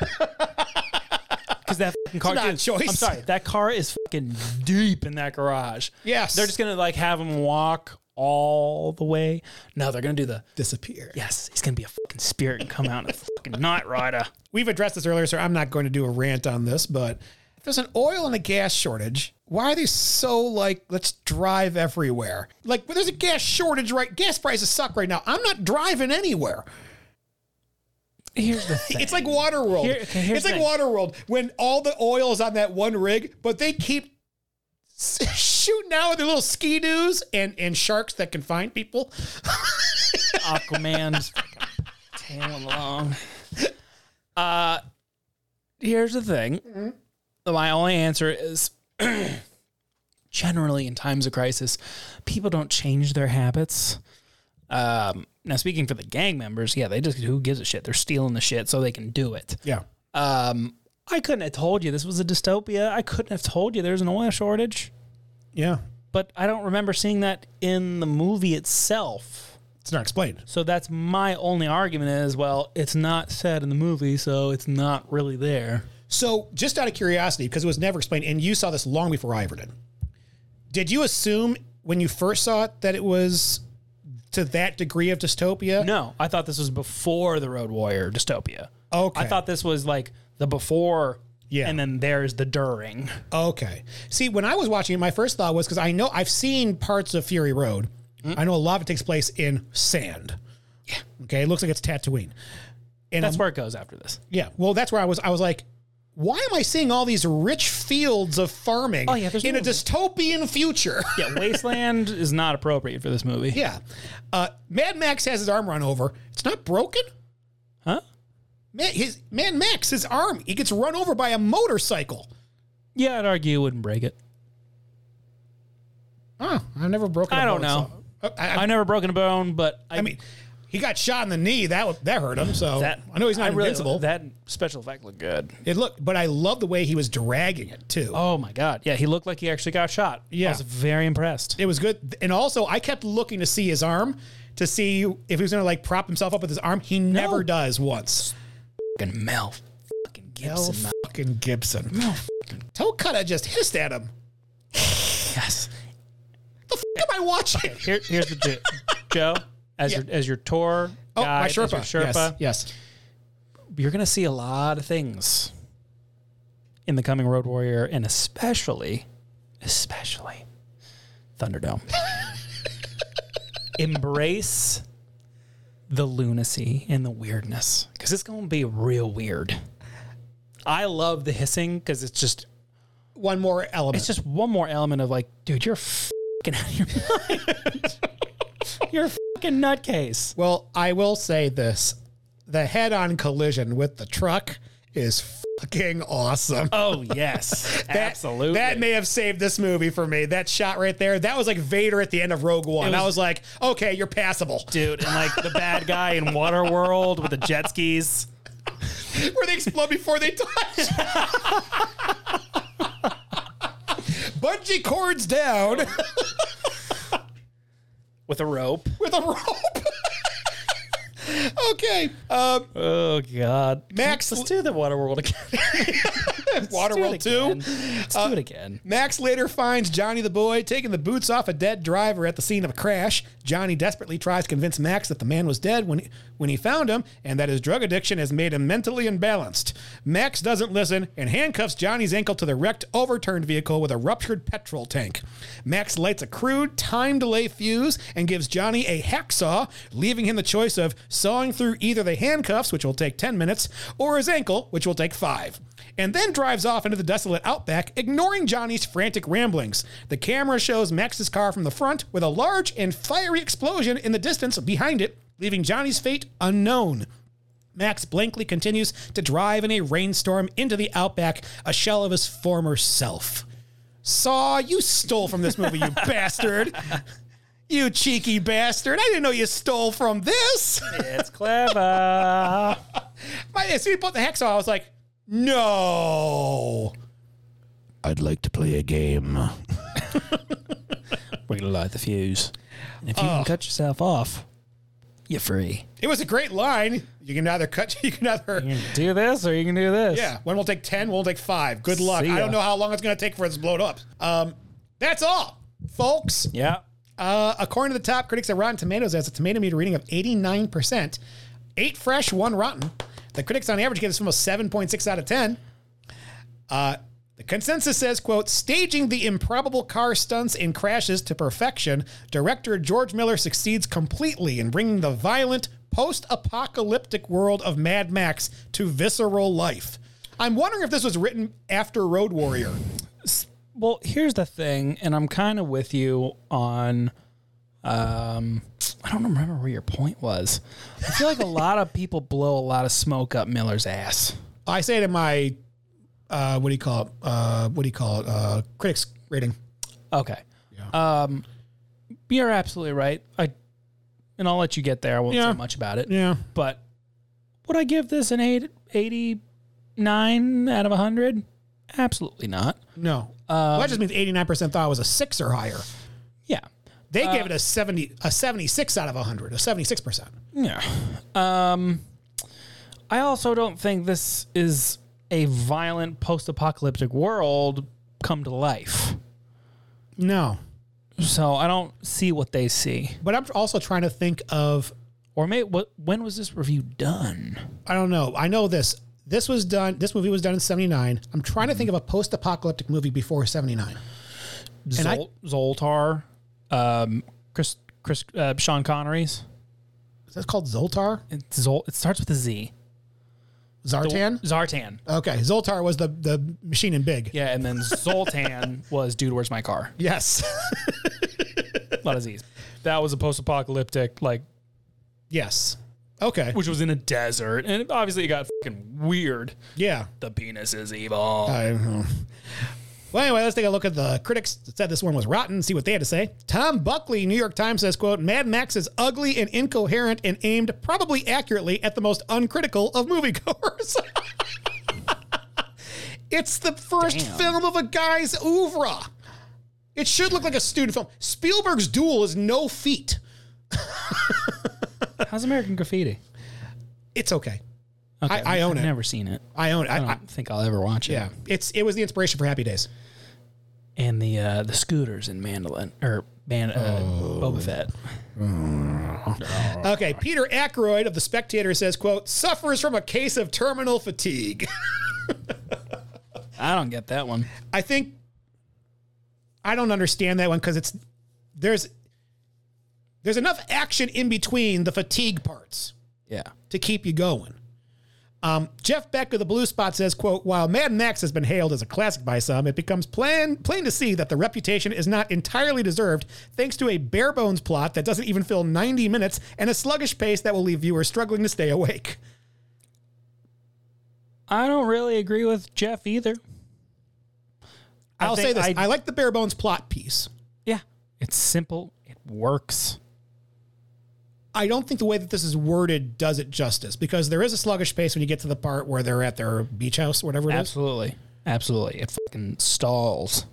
S4: Because that fucking car,
S1: It's not a
S4: dude,
S1: choice.
S4: I'm sorry, that car is fucking deep in that garage.
S1: Yes,
S4: They're just gonna like have him walk all the way. No, they're gonna do the
S1: disappear.
S4: yes. He's gonna be a fucking spirit and come out in a fucking night rider.
S1: We've addressed this earlier, so I'm not going to do a rant on this, but if there's an oil and a gas shortage, why are they so like, let's drive everywhere? Like, well, there's a gas shortage, right? Gas prices suck right now. I'm not driving anywhere.
S4: Here's the thing.
S1: It's like Waterworld.
S4: Here- okay, here's
S1: it's like
S4: the thing.
S1: Waterworld when all the oil is on that one rig, but they keep shooting out with their little ski doos and, and sharks that can find people.
S4: Aquaman's fucking tailing along. Uh, here's the thing. My only answer is generally in times of crisis, people don't change their habits. Um, now, speaking for the gang members, yeah, they just, who gives a shit? They're stealing the shit so they can do it.
S1: Yeah.
S4: Um, I couldn't have told you this was a dystopia. I couldn't have told you there's an oil shortage,
S1: Yeah.
S4: but I don't remember seeing that in the movie itself.
S1: It's not explained.
S4: So that's my only argument is well, it's not said in the movie, so it's not really there.
S1: So, just out of curiosity, because it was never explained, and you saw this long before I ever did, did you assume when you first saw it that it was to that degree of dystopia?
S4: No, I thought this was before the Road Warrior dystopia.
S1: Okay.
S4: I thought this was like the before
S1: Yeah.
S4: And then there's the during.
S1: Okay. See, when I was watching it, my first thought was because I know I've seen parts of Fury Road.
S4: Mm.
S1: I know a lot of it takes place in sand. Yeah. Okay. It looks like it's Tatooine. And
S4: That's
S1: I'm-
S4: where it goes after this.
S1: Yeah. Well, that's where I was. I was like, why am I seeing all these rich fields of farming
S4: Oh, yeah, there's
S1: in
S4: no-
S1: a dystopian future?
S4: Yeah, Wasteland is not appropriate for this movie.
S1: yeah. Uh, Mad Max has his arm run over. It's not broken.
S4: Huh?
S1: Man, his man Max, his arm, he gets run over by a motorcycle.
S4: Yeah, I'd argue you wouldn't break it.
S1: Oh, I've never broken. I
S4: I don't know.
S1: Uh,
S4: I've never broken a bone, but I,
S1: I mean, he got shot in the knee. That wa- that hurt him. So
S4: that
S1: I know he's not
S4: really-
S1: invincible.
S4: that special effect looked good.
S1: it looked, but I love the way he was dragging it too.
S4: Oh my god! Yeah, he looked like he actually got shot.
S1: Yeah.
S4: I was very impressed.
S1: It was good, and also I kept looking to see his arm to see if he was going to like prop himself up with his arm. He never does once.
S4: Fucking Mel, fucking
S1: Mel
S4: Gibson.
S1: fucking Gibson. Toe cutter just hissed at him.
S4: Yes.
S1: The f- am I watching?
S4: Here, here's the ju- Joe as your as your tour.
S1: Oh,
S4: guide,
S1: my
S4: as your
S1: Sherpa.
S4: Sherpa.
S1: Yes, yes.
S4: You're gonna see a lot of things in the coming Road Warrior, and especially, especially Thunderdome. Embrace the lunacy and the weirdness because it's gonna be real weird. I love the hissing because it's just
S1: One more element.
S4: it's just one more element of like, dude, you're fucking out of your mind. you're a fucking nutcase.
S1: well, I will say this: the head-on collision with the truck is fucking awesome.
S4: Oh yes,
S1: That-
S4: absolutely.
S1: That may have saved this movie for me. That shot right there. That was like Vader at the end of Rogue One.
S4: It was-
S1: I was like, okay, you're passable.
S4: dude, and like the bad guy in Waterworld with the jet skis.
S1: Where they explode before they touch. Bungee cords down
S4: With a rope.
S1: with a rope. okay. Um,
S4: Oh God,
S1: Max-
S4: Let's do the Waterworld again.
S1: Waterworld 2.
S4: Let's do it again.
S1: Max later finds Johnny the boy taking the boots off a dead driver at the scene of a crash. Johnny desperately tries to convince Max that the man was dead when when he found him and that his drug addiction has made him mentally imbalanced. Max doesn't listen and handcuffs Johnny's ankle to the wrecked overturned vehicle with a ruptured petrol tank. Max lights a crude time delay fuse and gives Johnny a hacksaw, leaving him the choice of sawing through either the handcuffs, which will take 10 minutes, or his ankle, which will take 5 and then drives off into the desolate outback, ignoring Johnny's frantic ramblings. The camera shows Max's car from the front with a large and fiery explosion in the distance behind it, leaving Johnny's fate unknown. Max blankly continues to drive in a rainstorm into the outback, a shell of his former self. Saw, you stole from this movie, you bastard. You cheeky bastard. I didn't know you stole from this.
S4: It's clever.
S1: My, as soon as he put the hex on, I was like, no. I'd like to play a game.
S4: We're gonna light the fuse. And if you can cut yourself off, you're free.
S1: It was a great line. You can either cut, you can
S4: You
S1: either.
S4: can do this or you can do this.
S1: Yeah, one will take 10, one will take five. Good luck.
S4: See ya.
S1: I don't know how long it's going to take for it to blow it up. Um, that's all, folks.
S4: Yeah.
S1: Uh, according to the top critics at Rotten Tomatoes, has a tomato meter reading of 89%, eight fresh, one rotten. The critics on average give this film a 7.6 out of 10. Uh, the consensus says, quote, staging the improbable car stunts and crashes to perfection, director George Miller succeeds completely in bringing the violent, post apocalyptic world of Mad Max to visceral life. I'm wondering if this was written after Road Warrior.
S4: Well, here's the thing, and I'm kind of with you on. Um, I don't remember where your point was. I feel like a lot of people blow a lot of smoke up Miller's ass.
S1: I say to my, uh, what do you call it? Uh, what do you call it? Uh, critics rating.
S4: Okay. Um, you're absolutely right. I, and I'll let you get there. I won't
S1: Yeah.
S4: say much about it.
S1: Yeah.
S4: But would I give this an eight, 89 out of 100? Absolutely not.
S1: No. well, that just means 89% thought it was a six or higher.
S4: Yeah.
S1: They gave it a 70, a 76 out of 100, a 76%.
S4: Yeah. Um, I also don't think this is a violent post apocalyptic world come to life.
S1: No.
S4: So I don't see what they see.
S1: But I'm also trying to think of,
S4: Or may, what, when was this review done?
S1: I don't know. I know this. This was done. This movie was done in '79. I'm trying to think of a post-apocalyptic movie before '79. And I-
S4: Zol- Zoltar, um, Chris, Chris, uh, Sean Connery's.
S1: Is that called Zoltar?
S4: It's Zol- it starts with a Z. Zol-
S1: Zartan? Oh.
S4: Zartan.
S1: Okay, Zoltar was the the machine in big.
S4: Yeah, and then Zoltan was Dude, Where's My Car?
S1: Yes.
S4: A lot of Z's. That was a post-apocalyptic, like,
S1: yes. Okay.
S4: which was in a desert, and it- obviously it got fucking weird.
S1: Yeah.
S4: The penis is evil.
S1: I don't know. Well, anyway, let's take a look at the critics that said this one was rotten and see what they had to say. Tom Buckley, New York Times says, quote, Mad Max is ugly and incoherent and aimed probably accurately at the most uncritical of moviegoers. it's the first film of a guy's oeuvre. It should look like a student film. Spielberg's Duel is no feat.
S4: Uh, How's American Graffiti?
S1: It's okay.
S4: Okay,
S1: I- I own
S4: I've
S1: it.
S4: Never seen it.
S1: I own it.
S4: I
S1: I,
S4: don't
S1: I,
S4: think I'll ever watch it.
S1: yeah, it's it was the inspiration for Happy Days.
S4: And the uh, the scooters in Mandolin or Man uh, Boba Fett.
S1: Okay, Peter Ackroyd of The Spectator says, quote, suffers from a case of terminal fatigue.
S4: I don't get that one.
S1: I think I don't understand that one because it's there's there's enough action in between the fatigue parts
S4: Yeah.
S1: to keep you going. Um, Jeff Beck of the Blue Spot says, quote, while Mad Max has been hailed as a classic by some, it becomes plain, plain to see that the reputation is not entirely deserved thanks to a bare bones plot that doesn't even fill 90 minutes and a sluggish pace that will leave viewers struggling to stay awake.
S4: I don't really agree with Jeff either. I
S1: I'll
S4: think
S1: say this.
S4: I-
S1: I, like the bare bones plot piece.
S4: Yeah. It's simple. It works.
S1: I don't think the way that this is worded does it justice because there is a sluggish pace when you get to the part where they're at their beach house, whatever it is.
S4: Absolutely. Absolutely. It fucking stalls.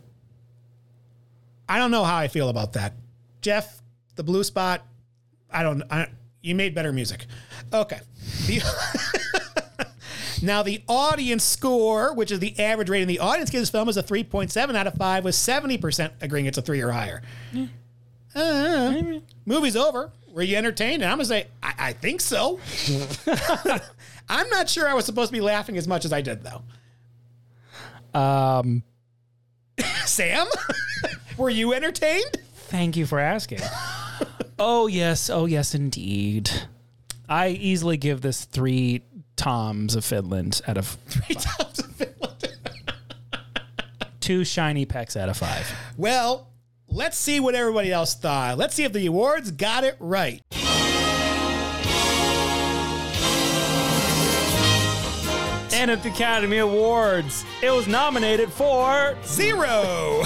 S1: I don't know how I feel about that. Jeff, the blue spot, I don't I, you made better music. Okay. The- now the audience score, which is the average rating the audience gives this film is a 3.7 out of 5 with 70% agreeing it's a 3 or higher. Uh, movie's over. Were you entertained? And I'm going to say I, I think so. I'm not sure I was supposed to be laughing as much as I did though.
S4: Um,
S1: Sam, were you entertained?
S4: thank you for asking. oh, yes. Oh, yes, indeed. I easily give this three toms of Finland out of
S1: Three times a film.
S4: two shiny pecks out of five.
S1: Well, let's see what everybody else thought. Let's see if the awards got it right.
S4: And at the Academy Awards, it was nominated for.
S1: Zero.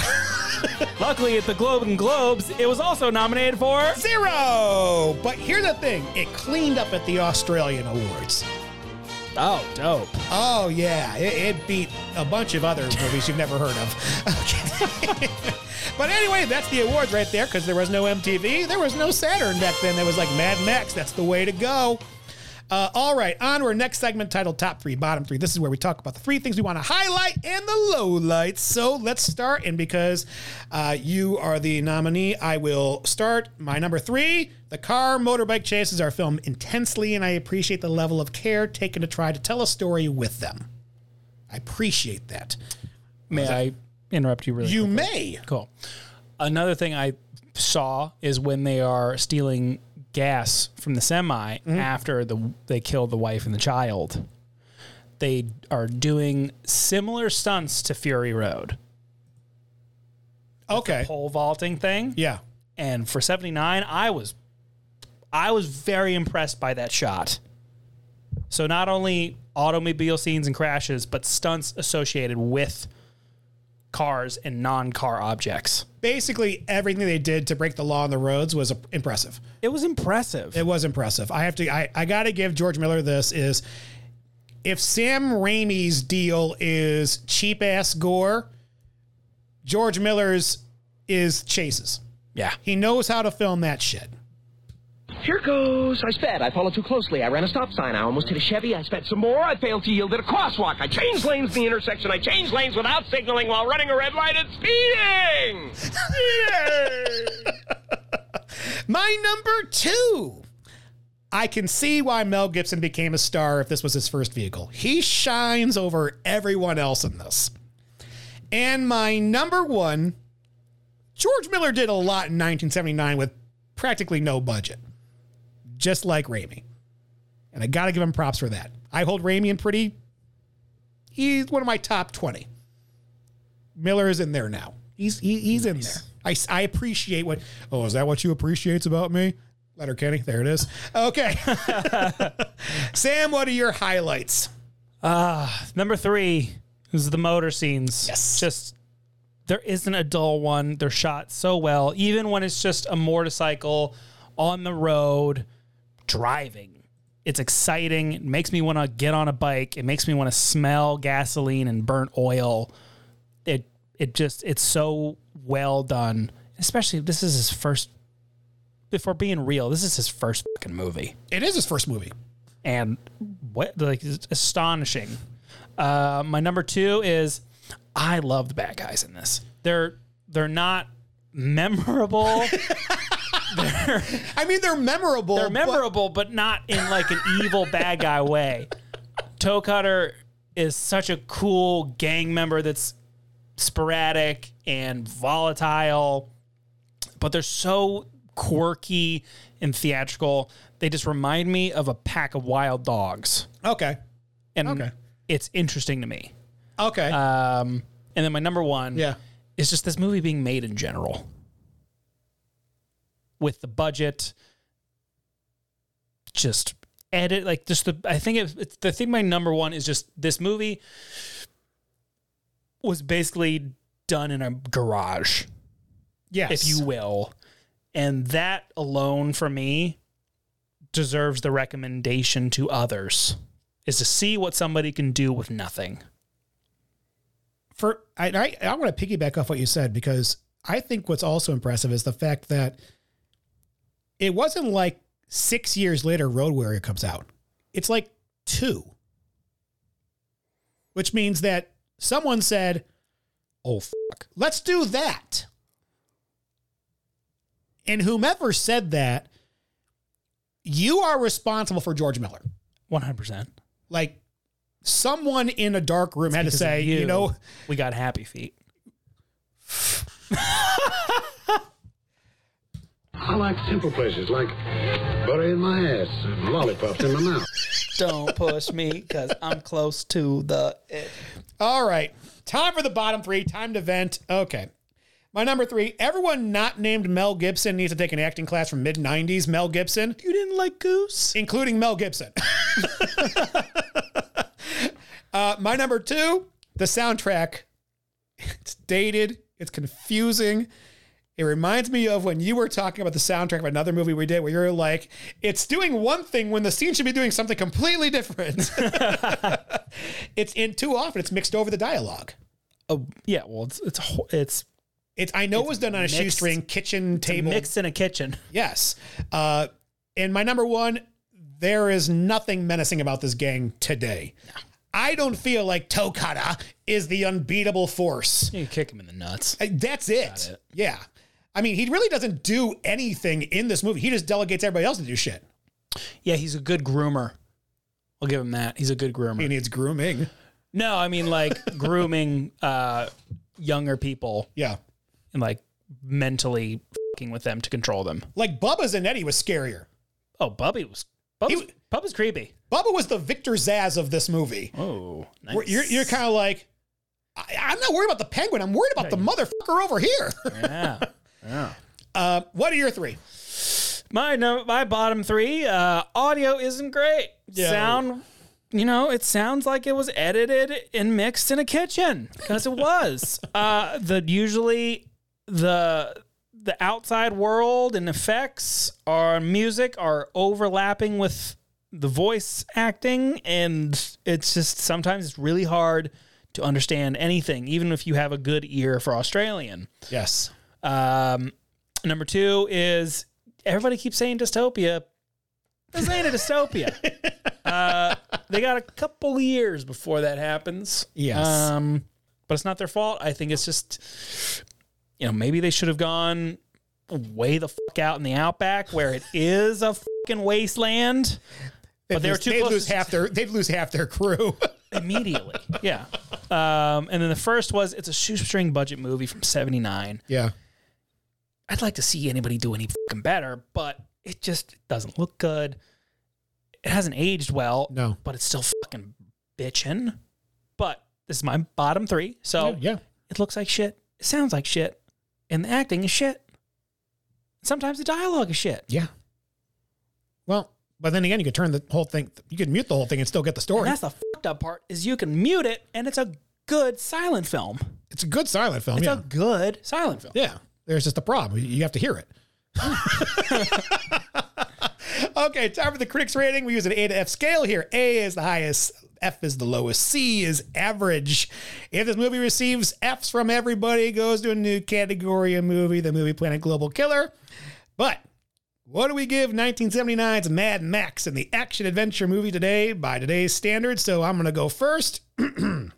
S4: Luckily, at the Globe and Globes, it was also nominated for.
S1: Zero. But here's the thing it cleaned up at the Australian Awards.
S4: Oh, dope.
S1: Oh, yeah. It, it beat a bunch of other movies you've never heard of. Okay. but anyway, that's the awards right there because there was no MTV. There was no Saturn back then. There was like Mad Max. That's the way to go. Uh, all right, on to our next segment titled Top Three, Bottom Three. This is where we talk about the three things we want to highlight and the lowlights. So let's start. And because uh, you are the nominee, I will start. My number three the car motorbike chases are filmed intensely, and I appreciate the level of care taken to try to tell a story with them. I appreciate that.
S4: May I interrupt you really
S1: You may.
S4: Cool. Another thing I saw is when they are stealing gas from the semi after the they kill the wife and the child. They are doing similar stunts to Fury Road.
S1: Okay.
S4: Pole vaulting thing.
S1: Yeah.
S4: And for 79, I was I was very impressed by that shot. So not only automobile scenes and crashes, but stunts associated with cars and non-car objects.
S1: Basically, everything they did to break the law on the roads was uh, impressive.
S4: It was impressive.
S1: It was impressive. I have to. I, I got to give George Miller this. Is if Sam Raimi's deal is cheap ass gore, George Miller's is chases.
S4: yeah.
S1: He knows how to film that shit.
S8: Here goes. I sped. I followed too closely. I ran a stop sign. I almost hit a Chevy. I sped some more. I failed to yield at a crosswalk. I changed lanes in the intersection. I changed lanes without signaling while running a red light and speeding.
S1: My number two, I can see why Mel Gibson became a star if this was his first vehicle. He shines over everyone else in this. And my number one, George Miller did a lot in 1979 with practically no budget, just like Raimi. And I got to give him props for that. I hold Raimi in pretty, he's one of my top 20. Miller is in there now. He's he, he's in there. I, I appreciate what. Oh, is that what you appreciates about me? Letter Kenny, there it is. Okay, Sam, what are your highlights?
S4: Number three is the motor scenes.
S1: Yes.
S4: Just there isn't a dull one. They're shot so well, even when it's just a motorcycle on the road driving. It's exciting. It makes me want to get on a bike. It makes me want to smell gasoline and burnt oil. It it just it's so well done. Especially this is his first. Before being real, this is his first fucking movie
S1: It is his first movie.
S4: and what like it's astonishing. Uh, my number two is I love the bad guys in this. They're they're not memorable.
S1: I mean, they're memorable.
S4: they're
S1: but-
S4: memorable, but not in like an evil bad guy way. Toe Cutter is such a cool gang member that's sporadic and volatile, but they're so quirky and theatrical. They just remind me of a pack of wild dogs.
S1: okay,
S4: and
S1: Okay.
S4: it's interesting to me.
S1: okay,
S4: Um, and then my number one,
S1: yeah.
S4: is just this movie being made in general, with the budget, just edit like just the. I think it, it's the thing. My number one is just this movie was basically done in a garage,
S1: Yes,
S4: if you will, and that alone for me deserves the recommendation to others is to see what somebody can do with nothing.
S1: for I I, I want to piggyback off what you said because I think what's also impressive is the fact that it wasn't like six years later Road Warrior comes out. It's like two, which means that someone said, "Oh fuck, let's do that." And whomever said that, you are responsible for George Miller.
S4: One hundred percent.
S1: Like someone in a dark room had to say, you know,
S4: we got happy feet.
S11: I like simple places, like butter in my ass, and lollipops in my mouth.
S4: Don't push me because I'm close to the.
S1: All right. Time for the bottom three. Time to vent. Okay. My number three everyone not named Mel Gibson needs to take an acting class from mid 90s Mel Gibson,
S4: You didn't like Goose?
S1: including Mel Gibson. uh, my number two, the soundtrack. It's dated, it's confusing. It reminds me of when you were talking about the soundtrack of another movie we did where you're like, it's doing one thing when the scene should be doing something completely different. it's in too often, it's mixed over the dialogue.
S4: Oh yeah, well it's it's ho- it's
S1: It's I know it was done on a
S4: mixed-
S1: shoestring kitchen table.
S4: mixed in a kitchen.
S1: Yes. Uh, and my number one, there is nothing menacing about this gang today. I don't feel like Tokata is the unbeatable force.
S4: You kick him in the nuts.
S1: Uh, That's it. Yeah. I mean, he really doesn't do anything in this movie. He just delegates everybody else to do shit.
S4: Yeah, he's a good groomer. I'll give him that. He's a good groomer.
S1: He needs grooming.
S4: No, I mean like grooming uh younger people
S1: Yeah.
S4: and like mentally fucking with them to control them.
S1: Like Bubba Zanetti was scarier.
S4: Oh, Bubby was Bubba's,
S1: He-
S4: Bubba's creepy.
S1: Bubba was the Victor Zaz of this movie.
S4: Oh, nice.
S1: Where You're, you're kind of like, I, I'm not worried about the penguin. I'm worried about the motherfucker over here.
S4: yeah.
S1: Uh, what are your three?
S4: My no, my bottom three. Uh, audio isn't great. Sound, you know, it sounds like it was edited and mixed in a kitchen because it was. uh, the usually the the outside world and effects are music are overlapping with the voice acting, and it's just sometimes it's really hard to understand anything, even if you have a good ear for Australian.
S1: Yes.
S4: Um, number two is everybody keeps saying dystopia. This ain't a dystopia. uh, they got a couple years before that happens.
S1: Yes.
S4: Um, but it's not their fault. I think it's just, you know, maybe they should have gone way the fuck out in the outback where it is a fucking wasteland. But they were
S1: lose-
S4: too
S1: they'd
S4: close
S1: lose
S4: to-
S1: half their they'd lose half their crew.
S4: immediately. Yeah. Um, and then the first was it's a shoestring budget movie from '79.
S1: Yeah.
S4: I'd like to see anybody do any fucking better, but it just doesn't look good. It hasn't aged well.
S1: No.
S4: But it's still fucking bitching. But this is my bottom three. So
S1: Yeah, yeah.
S4: it looks like shit. It sounds like shit. And the acting is shit. Sometimes the dialogue is shit.
S1: Yeah. Well, but then again, you could turn the whole thing. You could mute the whole thing and still get the
S4: And
S1: story.
S4: that's the fucked up part is you can mute it and it's a good silent film.
S1: It's a good silent film.
S4: It's
S1: Oh, yeah.
S4: a good silent film.
S1: yeah. There's just a problem. You- You have to hear it. okay, time for the critics rating. We use an A to F scale here. A is the highest. F is the lowest. C is average. If this movie receives Fs from everybody, it goes to a new category of movie, the movie Planet Global Killer. But What do we give 1979's Mad Max in the action adventure movie today by today's standards? So I'm going to go first. and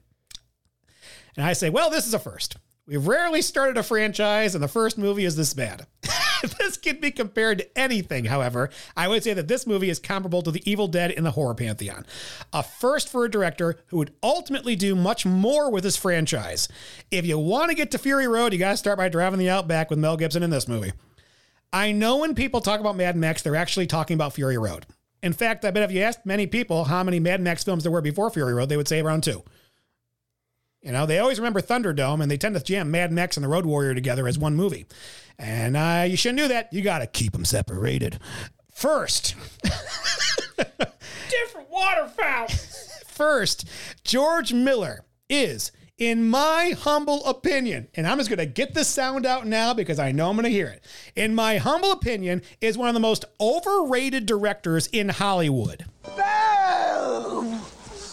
S1: I say, well, this is a first. We've rarely started a franchise, and the first movie is this bad. this can be compared to anything, however. I would say that this movie is comparable to The Evil Dead in the horror pantheon. A first for a director who would ultimately do much more with his franchise. If you want to get to Fury Road, you got to start by driving the Outback with Mel Gibson in this movie. I know when people talk about Mad Max, they're actually talking about Fury Road. In fact, I bet if you asked many people how many Mad Max films there were before Fury Road, they would say around two. You know, they always remember Thunderdome, and they tend to jam Mad Max and the Road Warrior together as one movie. And uh, you shouldn't do that. You got to keep them separated. First,
S4: Different waterfowl.
S1: First, George Miller is, in my humble opinion, and I'm just going to get this sound out now because I know I'm going to hear it. In my humble opinion, is one of the most overrated directors in Hollywood.
S8: Boo!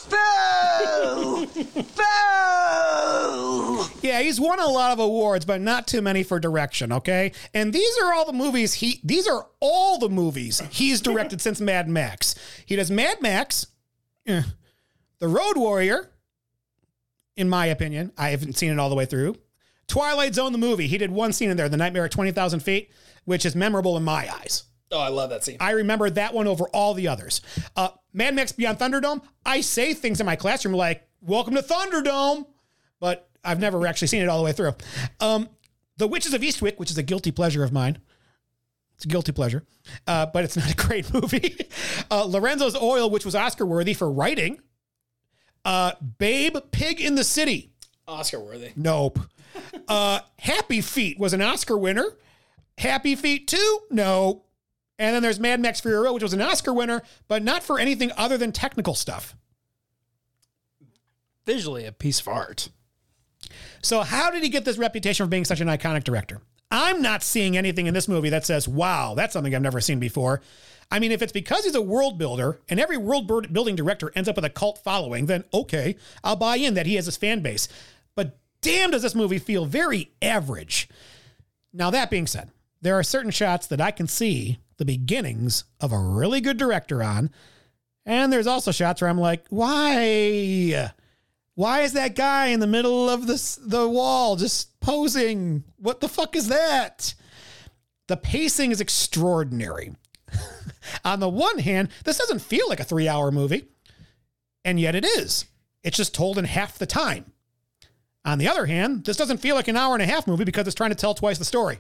S8: Boo! Boo!
S1: Yeah, he's won a lot of awards, but not too many for direction, okay? And these are all the movies he these are all the movies he's directed since Mad Max. He does Mad Max, eh, The Road Warrior, in my opinion. I haven't seen it all the way through. Twilight Zone the movie. He did one scene in there, The Nightmare at 20,000 Feet, which is memorable in my eyes.
S4: Oh, I love that scene.
S1: I remember that one over all the others. Uh, Mad Max Beyond Thunderdome. I say things in my classroom like "Welcome to Thunderdome," but I've never actually seen it all the way through. Um, the Witches of Eastwick, which is a guilty pleasure of mine. It's a guilty pleasure, uh, but it's not a great movie. Uh, Lorenzo's Oil, which was Oscar worthy for writing. Uh, Babe, Pig in the City.
S4: Oscar worthy.
S1: Nope. Uh, Happy Feet was an Oscar winner. Happy Feet 2? No. And then there's Mad Max Fury Road, which was an Oscar winner, but not for anything other than technical stuff.
S4: Visually a piece of art.
S1: So, how did he get this reputation for being such an iconic director? I'm not seeing anything in this movie that says, wow, that's something I've never seen before. I mean, if it's because he's a world builder and every world build- building director ends up with a cult following, then okay, I'll buy in that he has his fan base. But damn, does this movie feel very average. Now, that being said, there are certain shots that I can see the beginnings of a really good director on. And there's also shots where I'm like, why? Why is that guy in the middle of this the wall just posing? What the fuck is that? The pacing is extraordinary. on the one hand, this doesn't feel like a 3-hour movie, and yet it is. It's just told in half the time. On the other hand, this doesn't feel like an hour and a half movie because it's trying to tell twice the story.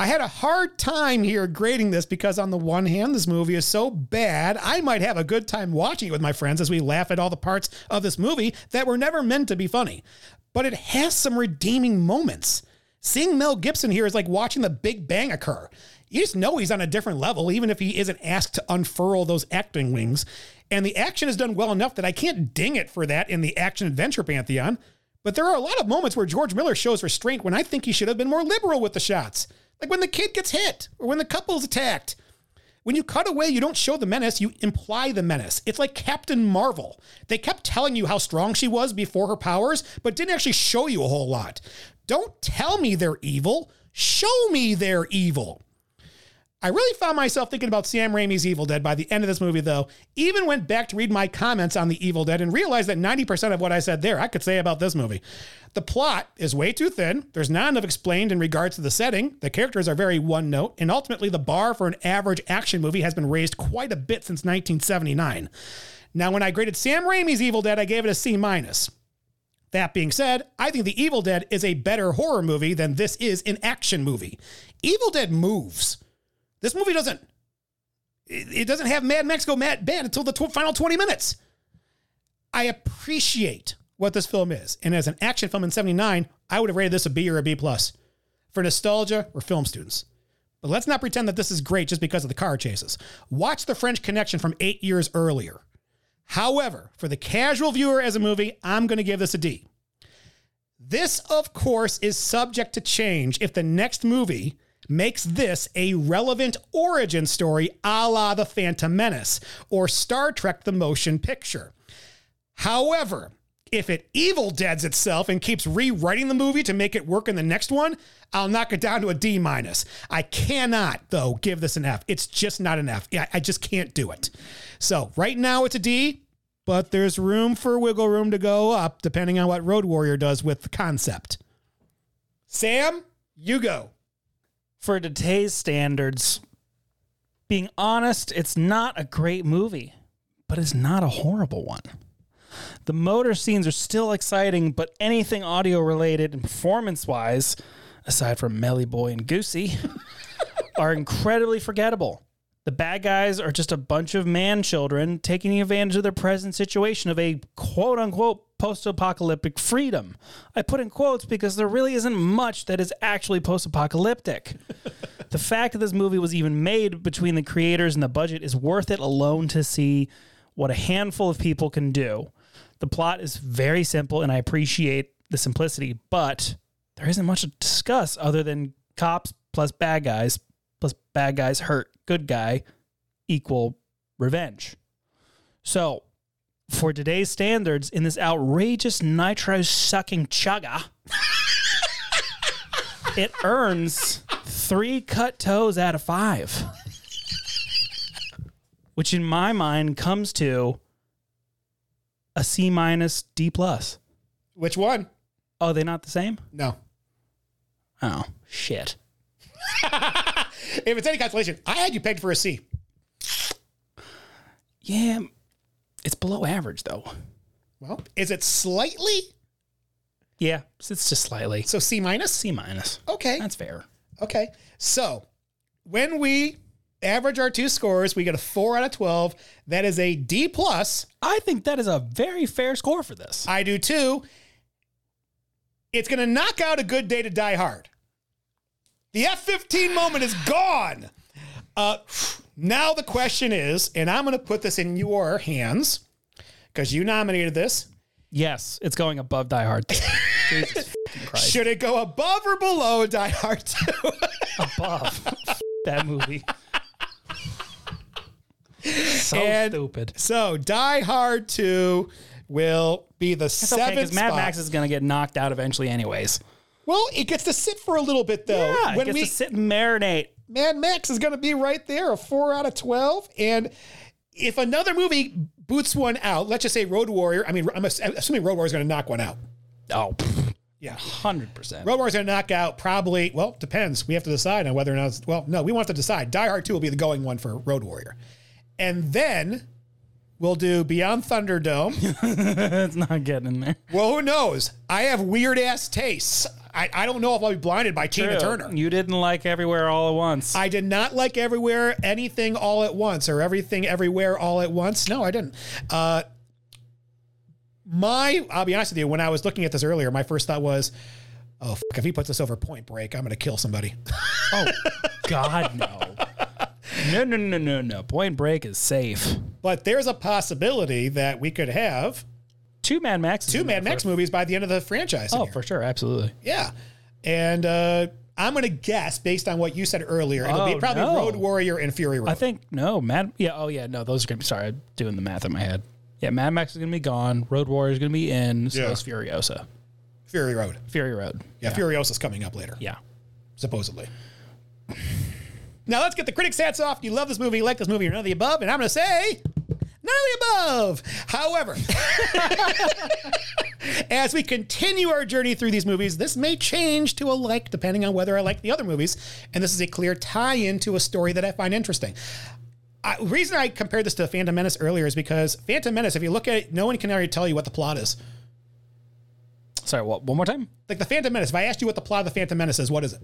S1: I had a hard time here grading this because, on the one hand, this movie is so bad, I might have a good time watching it with my friends as we laugh at all the parts of this movie that were never meant to be funny. But it has some redeeming moments. Seeing Mel Gibson here is like watching the Big Bang occur. You just know he's on a different level, even if he isn't asked to unfurl those acting wings. And the action is done well enough that I can't ding it for that in the action adventure pantheon. But there are a lot of moments where George Miller shows restraint when I think he should have been more liberal with the shots. Like when the kid gets hit or when the couple's attacked. When you cut away, you don't show the menace, you imply the menace. It's like Captain Marvel. They kept telling you how strong she was before her powers, but didn't actually show you a whole lot. Don't tell me they're evil, show me they're evil. I really found myself thinking about Sam Raimi's Evil Dead by the end of this movie, though. Even went back to read my comments on the Evil Dead and realized that 90% of what I said there I could say about this movie. The plot is way too thin. There's not enough explained in regards to the setting. The characters are very one note, and ultimately, the bar for an average action movie has been raised quite a bit since 1979. Now, when I graded Sam Raimi's Evil Dead, I gave it a C minus. That being said, I think The Evil Dead is a better horror movie than this is an action movie. Evil Dead moves. This movie doesn't. It it doesn't have Mad Max go mad bad until the tw- final 20 minutes. I appreciate what this film is, and as an action film in '79, I would have rated this a B or a B plus for nostalgia or film students. But let's not pretend that this is great just because of the car chases. Watch The French Connection from eight years earlier. However, for the casual viewer as a movie, I'm going to give this a D. This, of course, is subject to change if the next movie makes this a relevant origin story a la The Phantom Menace or Star Trek The Motion Picture. However, if it evil deads itself and keeps rewriting the movie to make it work in the next one, I'll knock it down to a D minus. I cannot, though, give this an F. It's just not an F. I, I just can't do it. So right now it's a D, but there's room for wiggle room to go up depending on what Road Warrior does with the concept. Sam, you go.
S4: For today's standards, being honest, it's not a great movie, but it's not a horrible one. The motor scenes are still exciting, but anything audio related and performance wise, aside from Melly Boy and Goosey, are incredibly forgettable. The bad guys are just a bunch of man children taking advantage of their present situation of a quote unquote post apocalyptic freedom. I put in quotes because there really isn't much that is actually post apocalyptic. the fact that this movie was even made between the creators and the budget is worth it alone to see what a handful of people can do. The plot is very simple, and I appreciate the simplicity, but there isn't much to discuss other than cops plus bad guys plus bad guys hurt good guy equal revenge. So, for today's standards, in this outrageous nitro sucking chugga, it earns three cut toes out of five, which in my mind comes to a C minus D plus.
S1: Which one?
S4: Oh, they not the same?
S1: No.
S4: Oh shit.
S1: If it's any consolation, I had you pegged for a C.
S4: Yeah, it's below average though.
S1: Well, is it slightly?
S4: Yeah, it's just slightly.
S1: So C minus?
S4: C minus.
S1: Okay.
S4: That's fair.
S1: Okay. So when we average our two scores, we get a four out of twelve. That is a D plus.
S4: I think that is a very fair score for this.
S1: I do too. It's gonna knock out a good day to die hard. The F fifteen moment is gone. Uh, now the question is, and I'm gonna put this in your hands because you nominated this.
S4: Yes, it's going above Die Hard. Jesus fucking Christ.
S1: Should it go above or below Die Hard 2?
S4: above F- that movie. so
S1: And-
S4: stupid.
S1: so Die Hard 2 will be the
S4: It's okay
S1: seventh
S4: because Mad
S1: spot.
S4: Max is going to get knocked out eventually, anyways.
S1: well, it gets to sit for a little bit though.
S4: Yeah,
S1: when
S4: gets
S1: we
S4: to sit and marinate.
S1: Mad Max is going to be right there, a four out of 12. And if another movie boots one out, let's just say Road Warrior, I mean, I'm ass- I'm assuming Road Warrior is going to knock one out.
S4: Oh,
S1: Yeah.
S4: hundred percent.
S1: Road Warrior is going to knock out probably, well, depends. We have to decide on whether or not, it's, well, no, we want to decide. Die Hard 2 will be the going one for Road Warrior. And then we'll do Beyond Thunderdome.
S4: it's not getting in there.
S1: well, who knows? I have weird ass tastes. I, I don't know if I'll be blinded by Tina Turner.
S4: You didn't like Everywhere All at Once.
S1: I did not like everywhere, anything all at once, or everything everywhere all at once. No, I didn't. Uh, my, I'll be honest with you. When I was looking at this earlier, my first thought was, "Oh, fuck, if he puts this over Point Break, I'm going to kill somebody."
S4: oh God, no. No, no, no, no, no. Point Break is safe.
S1: But there's a possibility that we could have
S4: Two Mad Maxes.
S1: two
S4: in there
S1: Mad Max
S4: for-
S1: movies by the end of the franchise. in
S4: Oh,
S1: here.
S4: for sure, absolutely.
S1: yeah. And uh, I'm going to guess based on what you said earlier, it'll
S4: Oh,
S1: be probably
S4: no.
S1: Road Warrior and Fury Road.
S4: I think no, Mad. Yeah, oh yeah, no, those are gonna be. Sorry, I'm doing the math in my head. Yeah, Mad Max is gonna be gone. Road Warrior is gonna be in. So
S1: Yeah.
S4: is Furiosa.
S1: Fury Road.
S4: Fury Road.
S1: Yeah, Furiosa's coming up later,
S4: Yeah.
S1: supposedly. Now let's get the critics' hats off. You love this movie, you like this movie, or none of the above, and I'm going to say none of the above. However, as we continue our journey through these movies, this may change to a like depending on whether I like the other movies, and this is a clear tie-in to a story that I find interesting. I, the reason I compared this to Phantom Menace earlier is because Phantom Menace, if you look at it, no one can already tell you what the plot is.
S4: Sorry, what? One more time.
S1: Like the Phantom Menace. If I asked you what the plot of the Phantom Menace is, what is it?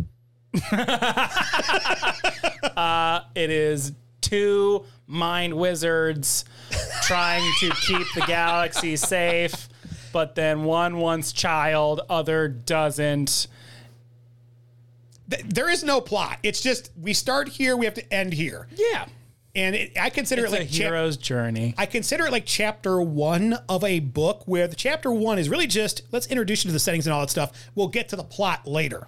S4: Uh, it is two mind wizards trying to keep the galaxy safe, but then one wants child, other doesn't.
S1: Th- there is no plot. It's just we start here, we have to end here,
S4: Yeah.
S1: and it, I consider
S4: It's
S1: it
S4: a
S1: like chap-
S4: hero's journey.
S1: I consider it like chapter one of a book, where the chapter one is really just let's introduce you to the settings and all that stuff. We'll get to the plot later.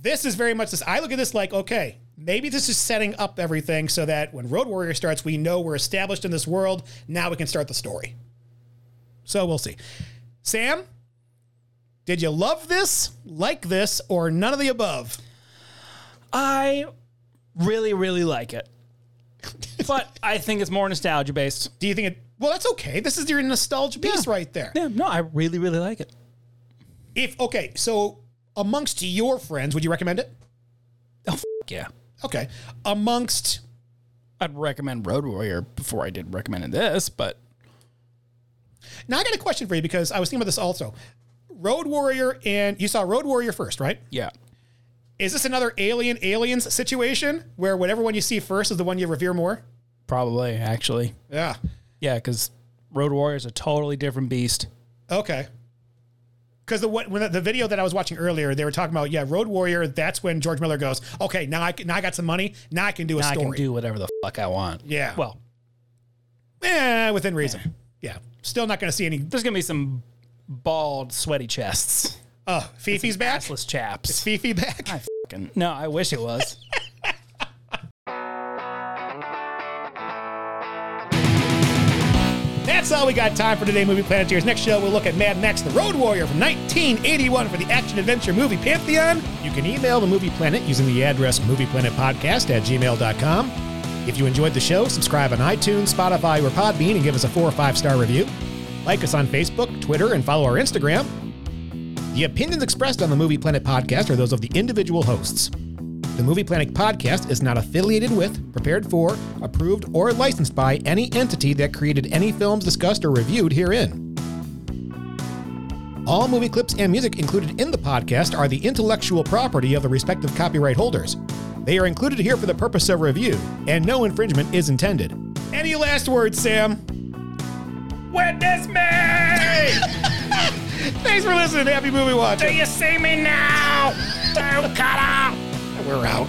S1: This is very much this. I look at this like, okay, maybe this is setting up everything so that when Road Warrior starts, we know we're established in this world. Now we can start the story. So we'll see. Sam, did you love this, like this, or none of the above?
S4: I really, really like it. but I think it's more nostalgia based.
S1: Do you think it? Well, that's okay. This is your nostalgia piece right there.
S4: Yeah, no, I really, really like it.
S1: If okay, so amongst your friends, would you recommend it?
S4: Yeah.
S1: Okay, amongst
S4: I'd recommend Road Warrior before I did recommend this, but
S1: now, I got a question for you because I was thinking about this also. Road Warrior and you saw Road Warrior first, right?
S4: yeah.
S1: Is this another Alien Aliens situation where whatever one you see first is the one you revere more?
S4: Probably, actually.
S1: Yeah.
S4: Yeah, because Road Warrior is a totally different beast.
S1: Okay. Because the what when the, the video that I was watching earlier, they were talking about yeah, Road Warrior. That's when George Miller goes, okay, now I can- now I got some money, now I can do a
S4: I
S1: story.
S4: can do whatever the fuck I want.
S1: Yeah.
S4: Well,
S1: Eh, within reason. Yeah. Still not going to see any.
S4: there's gonna be some bald, sweaty chests,
S1: Oh, Fifi's back.
S4: assless chaps.
S1: Fifi back.
S4: Fucking- No, I wish it was.
S1: That's all we got time for today, Movie Planeteers. Next show, we'll look at Mad Max The Road Warrior from 1981 for the action adventure movie Pantheon. You can email the Movie Planet using the address movieplanetpodcast at gmail.com. If you enjoyed the show, subscribe on iTunes, Spotify, or Podbean and give us a four or five star review. Like us on Facebook, Twitter, and follow our Instagram. The opinions expressed on the Movie Planet podcast are those of the individual hosts. The Movie Planet podcast is not affiliated with, prepared for, approved, or licensed by any entity that created any films discussed or reviewed herein. All movie clips and music included in the podcast are the intellectual property of the respective copyright holders. They are included here for the purpose of review, and no infringement is intended. Any last words, Sam? Witness me! Thanks for listening. Happy movie watching. Do you see me now? Don't cut out. We're out.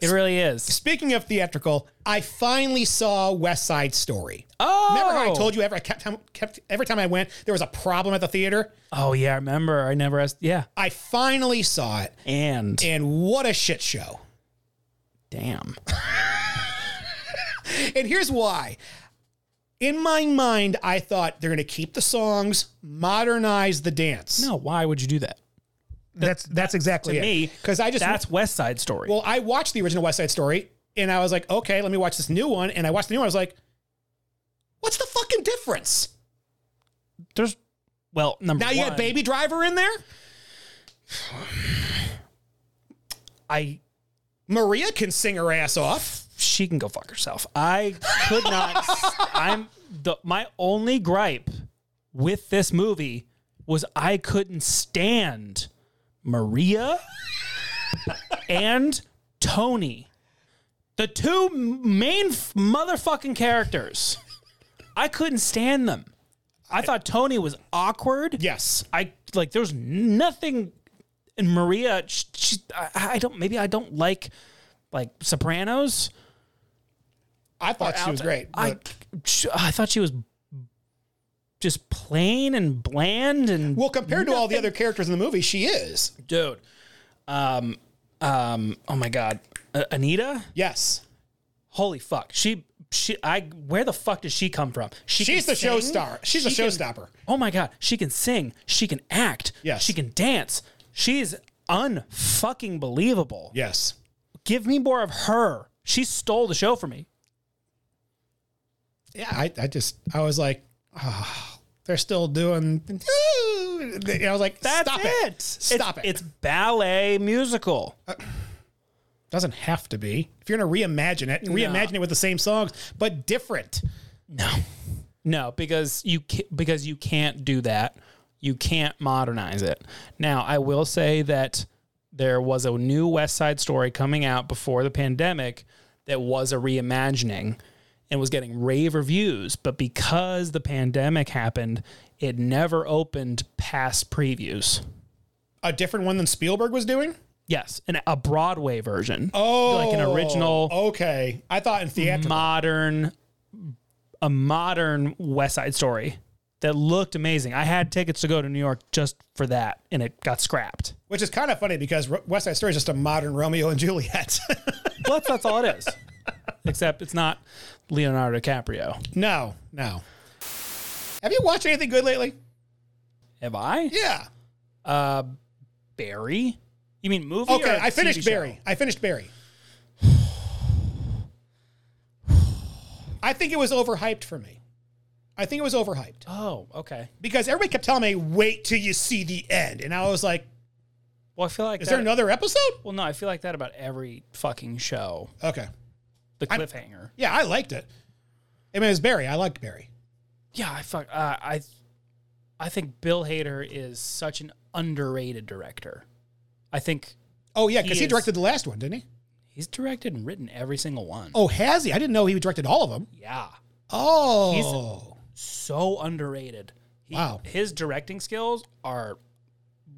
S4: It really is.
S1: Speaking of theatrical, I finally saw West Side Story.
S4: Oh,
S1: Remember how I told you every, I kept, kept, every time I went, there was a problem at the theater?
S4: Oh yeah, I remember. I never asked. Yeah.
S1: I finally saw it,
S4: And
S1: and what a shit show.
S4: damn.
S1: And here's why. In my mind, I thought they're going to keep the songs, modernize the dance.
S4: No, why would you do that?
S1: That's that's exactly
S4: to
S1: it.
S4: me,
S1: because I just
S4: that's West Side Story.
S1: well, I watched the original West Side Story, and I was like, okay, let me watch this new one. And I watched the new one. I was like, what's the fucking difference?
S4: There's well, number
S1: Now
S4: one,
S1: you got Baby Driver in there.
S4: I
S1: Maria can sing her ass off.
S4: she can go fuck herself. I could not. s- I'm the my only gripe with this movie was I couldn't stand Maria and Tony, the two m- main f- motherfucking characters. I couldn't stand them. I thought Tony was awkward.
S1: Yes.
S4: I like there was nothing in Maria. She, she, I, I don't. Maybe I don't like like Sopranos.
S1: I thought she was great.
S4: I,
S1: but-
S4: sh- I thought she was just plain and bland and
S1: well, compared to all the other characters in the movie, she is.
S4: dude. Um, um. Oh my god, uh, Anita.
S1: Yes.
S4: Holy fuck. She. She. I. Where the fuck does she come from? She
S1: She's
S4: can
S1: the show
S4: sing.
S1: star. She's
S4: She
S1: a
S4: can-
S1: showstopper.
S4: Oh my god. She can sing. She can act.
S1: Yes.
S4: She can dance. She's unfucking believable.
S1: Yes.
S4: Give me more of her. She stole the show from me.
S1: yeah, I, I just I was like, oh, they're still doing. I was like,
S4: That's
S1: stop
S4: it.
S1: it, stop
S4: It's-
S1: it.
S4: It's ballet musical.
S1: doesn't have to be. If you're gonna reimagine it, reimagine it with the same songs but different.
S4: No, no, because you ca- because you can't do that. You can't modernize it. Now, I will say that there was a new West Side Story coming out before the pandemic that was a reimagining and was getting rave reviews, but because the pandemic happened, it never opened past previews.
S1: A different one than Spielberg was doing.
S4: Yes, and a Broadway version.
S1: Oh,
S4: like an original
S1: Okay, I thought in theatrical.
S4: modern a modern West Side Story that looked amazing. I had tickets to go to New York just for that, and it got scrapped.
S1: which is kind of funny because Ro- West Side Story is just a modern Romeo and Juliet.
S4: Well, that's, that's all it is, except it's not Leonardo DiCaprio.
S1: no, no. Have you watched anything good lately?
S4: Have I?
S1: Yeah.
S4: Uh, Barry. You mean movie? or
S1: Okay, I
S4: TV
S1: finished
S4: show?
S1: Barry. I finished Barry. I think it was overhyped for me. I think it was overhyped
S4: Oh, okay.
S1: because everybody kept telling me, "Wait till you see the end," and I was like,
S4: Well, I feel like
S1: "Is
S4: that,
S1: there another episode?"
S4: Well, no, I feel like that about every fucking show.
S1: Okay,
S4: The
S1: I'm-
S4: cliffhanger.
S1: yeah, I liked it. I mean, it was Barry. I liked Barry.
S4: Yeah, I fuck. Uh, I, I think Bill Hader is such an underrated director. I think
S1: Oh yeah, because
S4: He
S1: he,
S4: is-
S1: directed the last one, didn't he?
S4: he's directed and written every single one.
S1: Oh, has he? I didn't know he directed all of them.
S4: yeah,
S1: Oh,
S4: so underrated. He,
S1: Wow.
S4: his directing skills are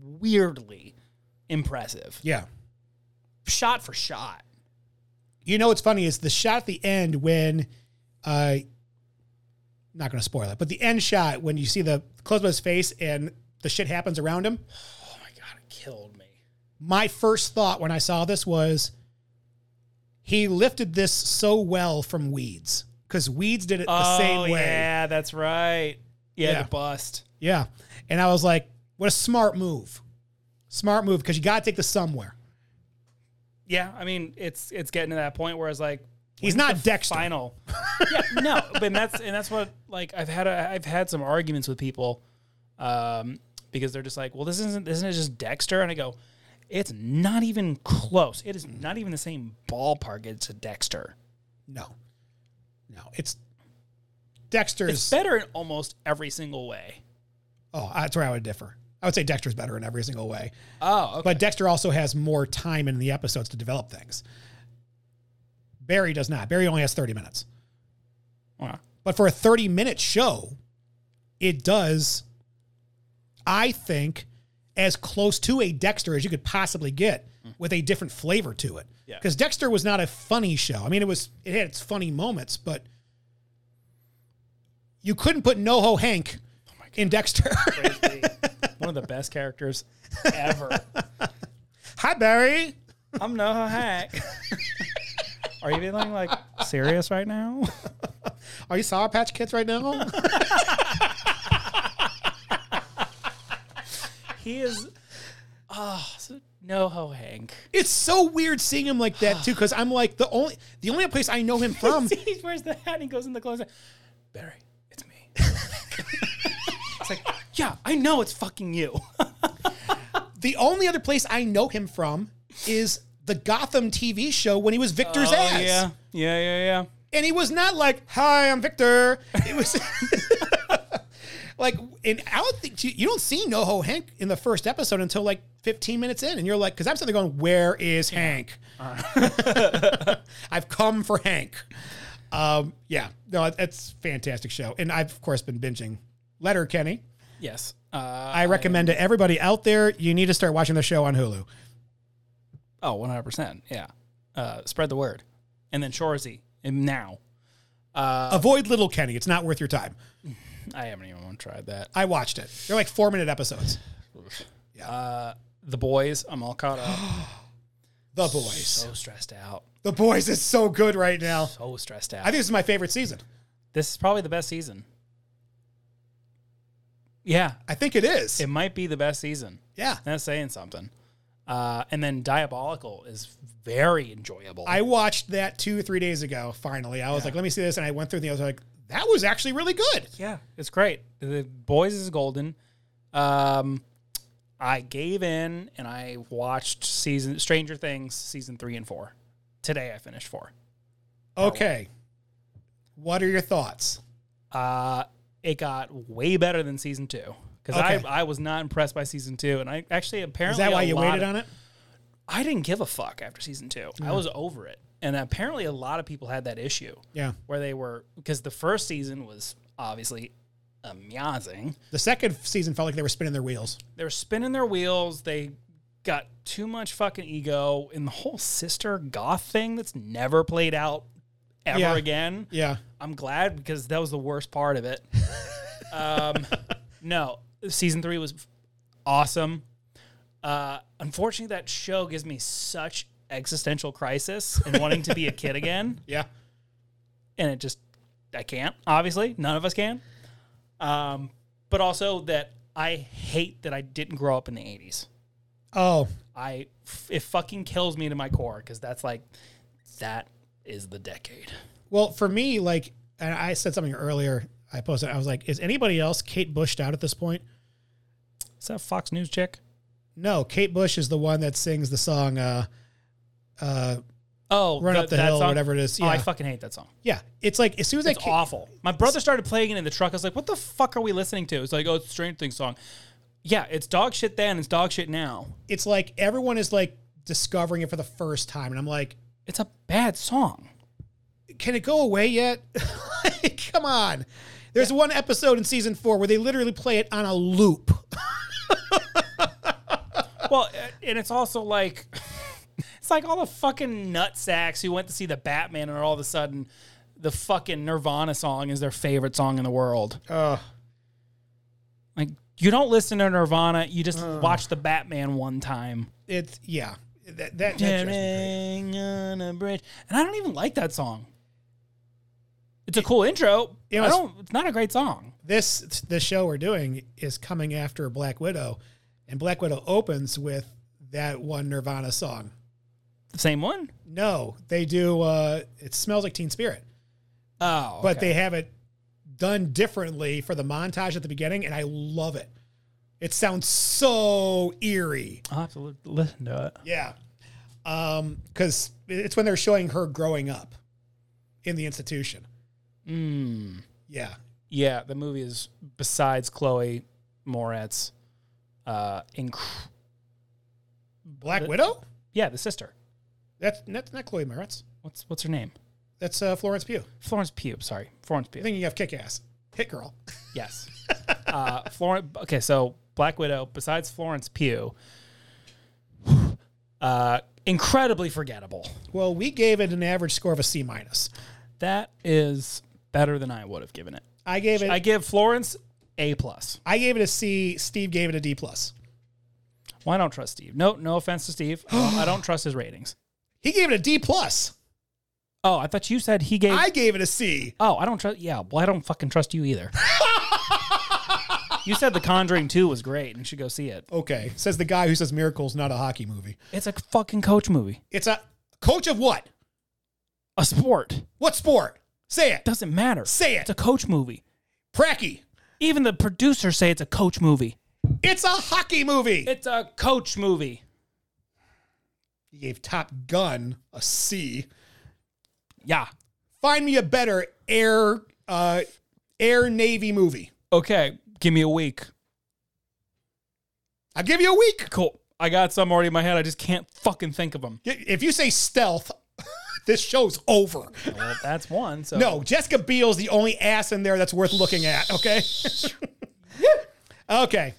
S4: weirdly impressive,
S1: yeah.
S4: shot for shot.
S1: You know what's funny is the shot at the end when, uh, not going to spoil it, but the end shot when you see the close of his face and the shit happens around him.
S4: Oh my god, it killed me.
S1: My first thought when I saw this was, he lifted this so well from Weeds because Weeds did it the same way. Oh, Yeah.
S4: Oh, yeah, that's right. Yeah,
S1: Yeah.
S4: the bust.
S1: and I was like, what a smart move, smart move because you got to take this somewhere.
S4: Yeah, I mean, it's it's getting to that point where it's like
S1: He's
S4: when's
S1: not
S4: the
S1: Dexter.
S4: Final. yeah, no, but that's and that's what like I've had a, I've had some arguments with people, um, because they're just like, well, this isn't isn't it just Dexter? And I go, it's not even close. It is not even the same ballpark. It's a Dexter.
S1: No, no, it's Dexter's.
S4: It's better in almost every single way.
S1: Oh, that's where I would differ. I would say Dexter's better in every single way.
S4: Oh,
S1: But Dexter also has more time in the episodes to develop things. Barry does not. Barry only has 30 minutes. But for a 30 minute show, it does, I think, as close to a Dexter as you could possibly get with a different flavor to it.
S4: Yeah.
S1: Because Dexter was not a funny show. I mean, it was it had its funny moments, but you couldn't put NoHo Hank in Dexter.
S4: one of the best characters ever.
S1: Hi, Barry.
S4: I'm no hack. Are you feeling like serious right now?
S1: Are you Sour Patch Kids right now?
S4: he is. Oh, so- no, ho, Hank.
S1: It's so weird seeing him like that too, because I'm like the only the only place I know him from.
S4: he wears the hat and he goes in the closet. Barry, it's me. it's like, yeah, I know it's fucking you.
S1: the only other place I know him from is the Gotham TV show when he was Victor's ass.
S4: Oh, yeah, yeah, yeah, yeah.
S1: And he was not like, "Hi, I'm Victor." It was like, and I don't think you, you don't see NoHo Hank in the first episode until like 15 minutes in, and you're like, because I'm sitting there going, "Where is Hank? I've come for Hank." Um, yeah, no, it's a fantastic show, and I've of course been binging Letter Kenny.
S4: Yes. Uh,
S1: I recommend to everybody out there, you need to start watching the show on Hulu.
S4: Oh, 100%. Yeah. Uh, spread the word. And then Shorzy. And now.
S1: Avoid Little Kenny; it's not worth your time.
S4: I haven't even tried that.
S1: I watched it. They're like four minute episodes.
S4: The Boys. I'm all caught up.
S1: The Boys.
S4: so stressed out.
S1: The Boys is so good right now.
S4: So stressed out.
S1: I think this is my favorite season.
S4: this is probably the best season. Yeah.
S1: I think it is.
S4: It might be the best season.
S1: yeah.
S4: That's saying something. Uh, and then Diabolical is very enjoyable.
S1: I watched that two or three days ago, finally. I was like, let me see this. And I went through the I was like, that was actually really good.
S4: yeah, it's great. The Boys is golden. Um, I gave in and I watched season Stranger Things season three and four. Today I finished four.
S1: Okay. What are your thoughts?
S4: Uh, it got way better than season two because
S1: Okay.
S4: I, I was not impressed by season two, and I actually apparently
S1: Is that why
S4: a
S1: you
S4: lot
S1: waited
S4: of-
S1: on it? Mm.
S4: I didn't give a fuck after season two. I was over it, and apparently a lot of people had that issue
S1: Yeah.
S4: where they were because the first season was obviously amazing.
S1: The second season felt like they were spinning their wheels.
S4: they were spinning their wheels. They got too much fucking ego in the whole sister goth thing that's never played out ever
S1: Yeah.
S4: again.
S1: Yeah.
S4: I'm glad because that was the worst part of it. um, no, season three was awesome. Uh, unfortunately, that show gives me such existential crisis and wanting to be a kid again,
S1: Yeah.
S4: and it just I can't. Obviously, none of us can. Um, but also that I hate that I didn't grow up in the '80s.
S1: Oh,
S4: I it fucking kills me to my core because that's like that is the decade.
S1: Well, for me, like, and I said something earlier. I posted. I was like, "Is anybody else Kate Bushed out at this point?"
S4: Is that Fox News chick?
S1: No, Kate Bush is the one that sings the song. Uh, uh,
S4: Oh,
S1: Run
S4: th-
S1: Up the
S4: that
S1: Hill,
S4: song?
S1: whatever it is,
S4: Oh, I
S1: yeah.
S4: fucking hate that song.
S1: yeah, it's like as soon as I
S4: It's
S1: Kate-
S4: awful. My brother started playing it in the truck. I was like, "What the fuck are we listening to?" It's like, "Oh, it's a Stranger Things song." Yeah, it's dog shit then. It's dog shit now.
S1: it's like everyone is like discovering it for the first time, and I'm like,
S4: It's a bad song.
S1: "Can it go away yet?" like, come on. There's one episode in season four where they literally play it on a loop.
S4: Well, uh, and it's also like it's like all the fucking nutsacks who went to see the Batman and all of a sudden the fucking Nirvana song is their favorite song in the world. Like you don't listen to Nirvana, you just watch the Batman one time.
S1: It's yeah. That that, that drives me crazy.
S4: Dancing on a bridge. And I don't even like that song. It's a cool intro.
S1: It
S4: I
S1: was-
S4: don't it's not a great song.
S1: this the show we're doing is coming after Black Widow, and Black Widow opens with that one Nirvana song.
S4: The same one?
S1: No, they do. Uh, it smells like Teen Spirit,
S4: Oh.
S1: but they have it done differently for the montage at the beginning, and I love it. It sounds so eerie.
S4: I'll have to li- listen to it.
S1: Yeah, because Um, it's when they're showing her growing up in the institution.
S4: Hmm.
S1: Yeah,
S4: yeah, the movie is besides Chloe Moretz, uh, inc-
S1: Black Widow.
S4: yeah, the sister.
S1: That's that's not Chloe Moretz.
S4: What's what's her name?
S1: That's uh, Florence Pugh.
S4: Florence Pugh. Sorry, Florence
S1: I'm
S4: Pugh.
S1: thinking of Kick Ass, Hit Girl.
S4: Yes. uh, Florence. Okay, so Black Widow. Besides Florence Pugh, uh, incredibly forgettable.
S1: Well, we gave it an average score of a C minus.
S4: That is better than I would have given it.
S1: I gave it.
S4: I
S1: I,
S4: give Florence a plus.
S1: gave it a C. Steve gave it a D plus.
S4: Well, I don't trust Steve. No, no offense to Steve. I don't- I don't trust his ratings.
S1: He gave it a D plus.
S4: Oh, I thought you said he gave. I
S1: gave it a C.
S4: Oh, I don't trust. Yeah, well, I don't fucking trust you either. you said The Conjuring 2 was great and you should go see it.
S1: Okay. Says the guy who says Miracle's not a hockey movie.
S4: It's a fucking coach movie.
S1: It's a coach of what?
S4: A sport.
S1: What sport? Say it.
S4: Doesn't matter.
S1: Say it.
S4: It's a coach movie.
S1: Pracky.
S4: Even the producers say it's a coach movie.
S1: It's a hockey movie.
S4: It's a coach movie.
S1: You gave Top Gun a C.
S4: Yeah.
S1: Find me a better air uh, air navy movie.
S4: Okay, give me a week.
S1: I'll give you a week.
S4: Cool. I got some already in my head. I just can't fucking think of them.
S1: If you say stealth, this show's over.
S4: Well, that's one. So
S1: No, Jessica Biel's the only ass in there that's worth looking at, okay? okay.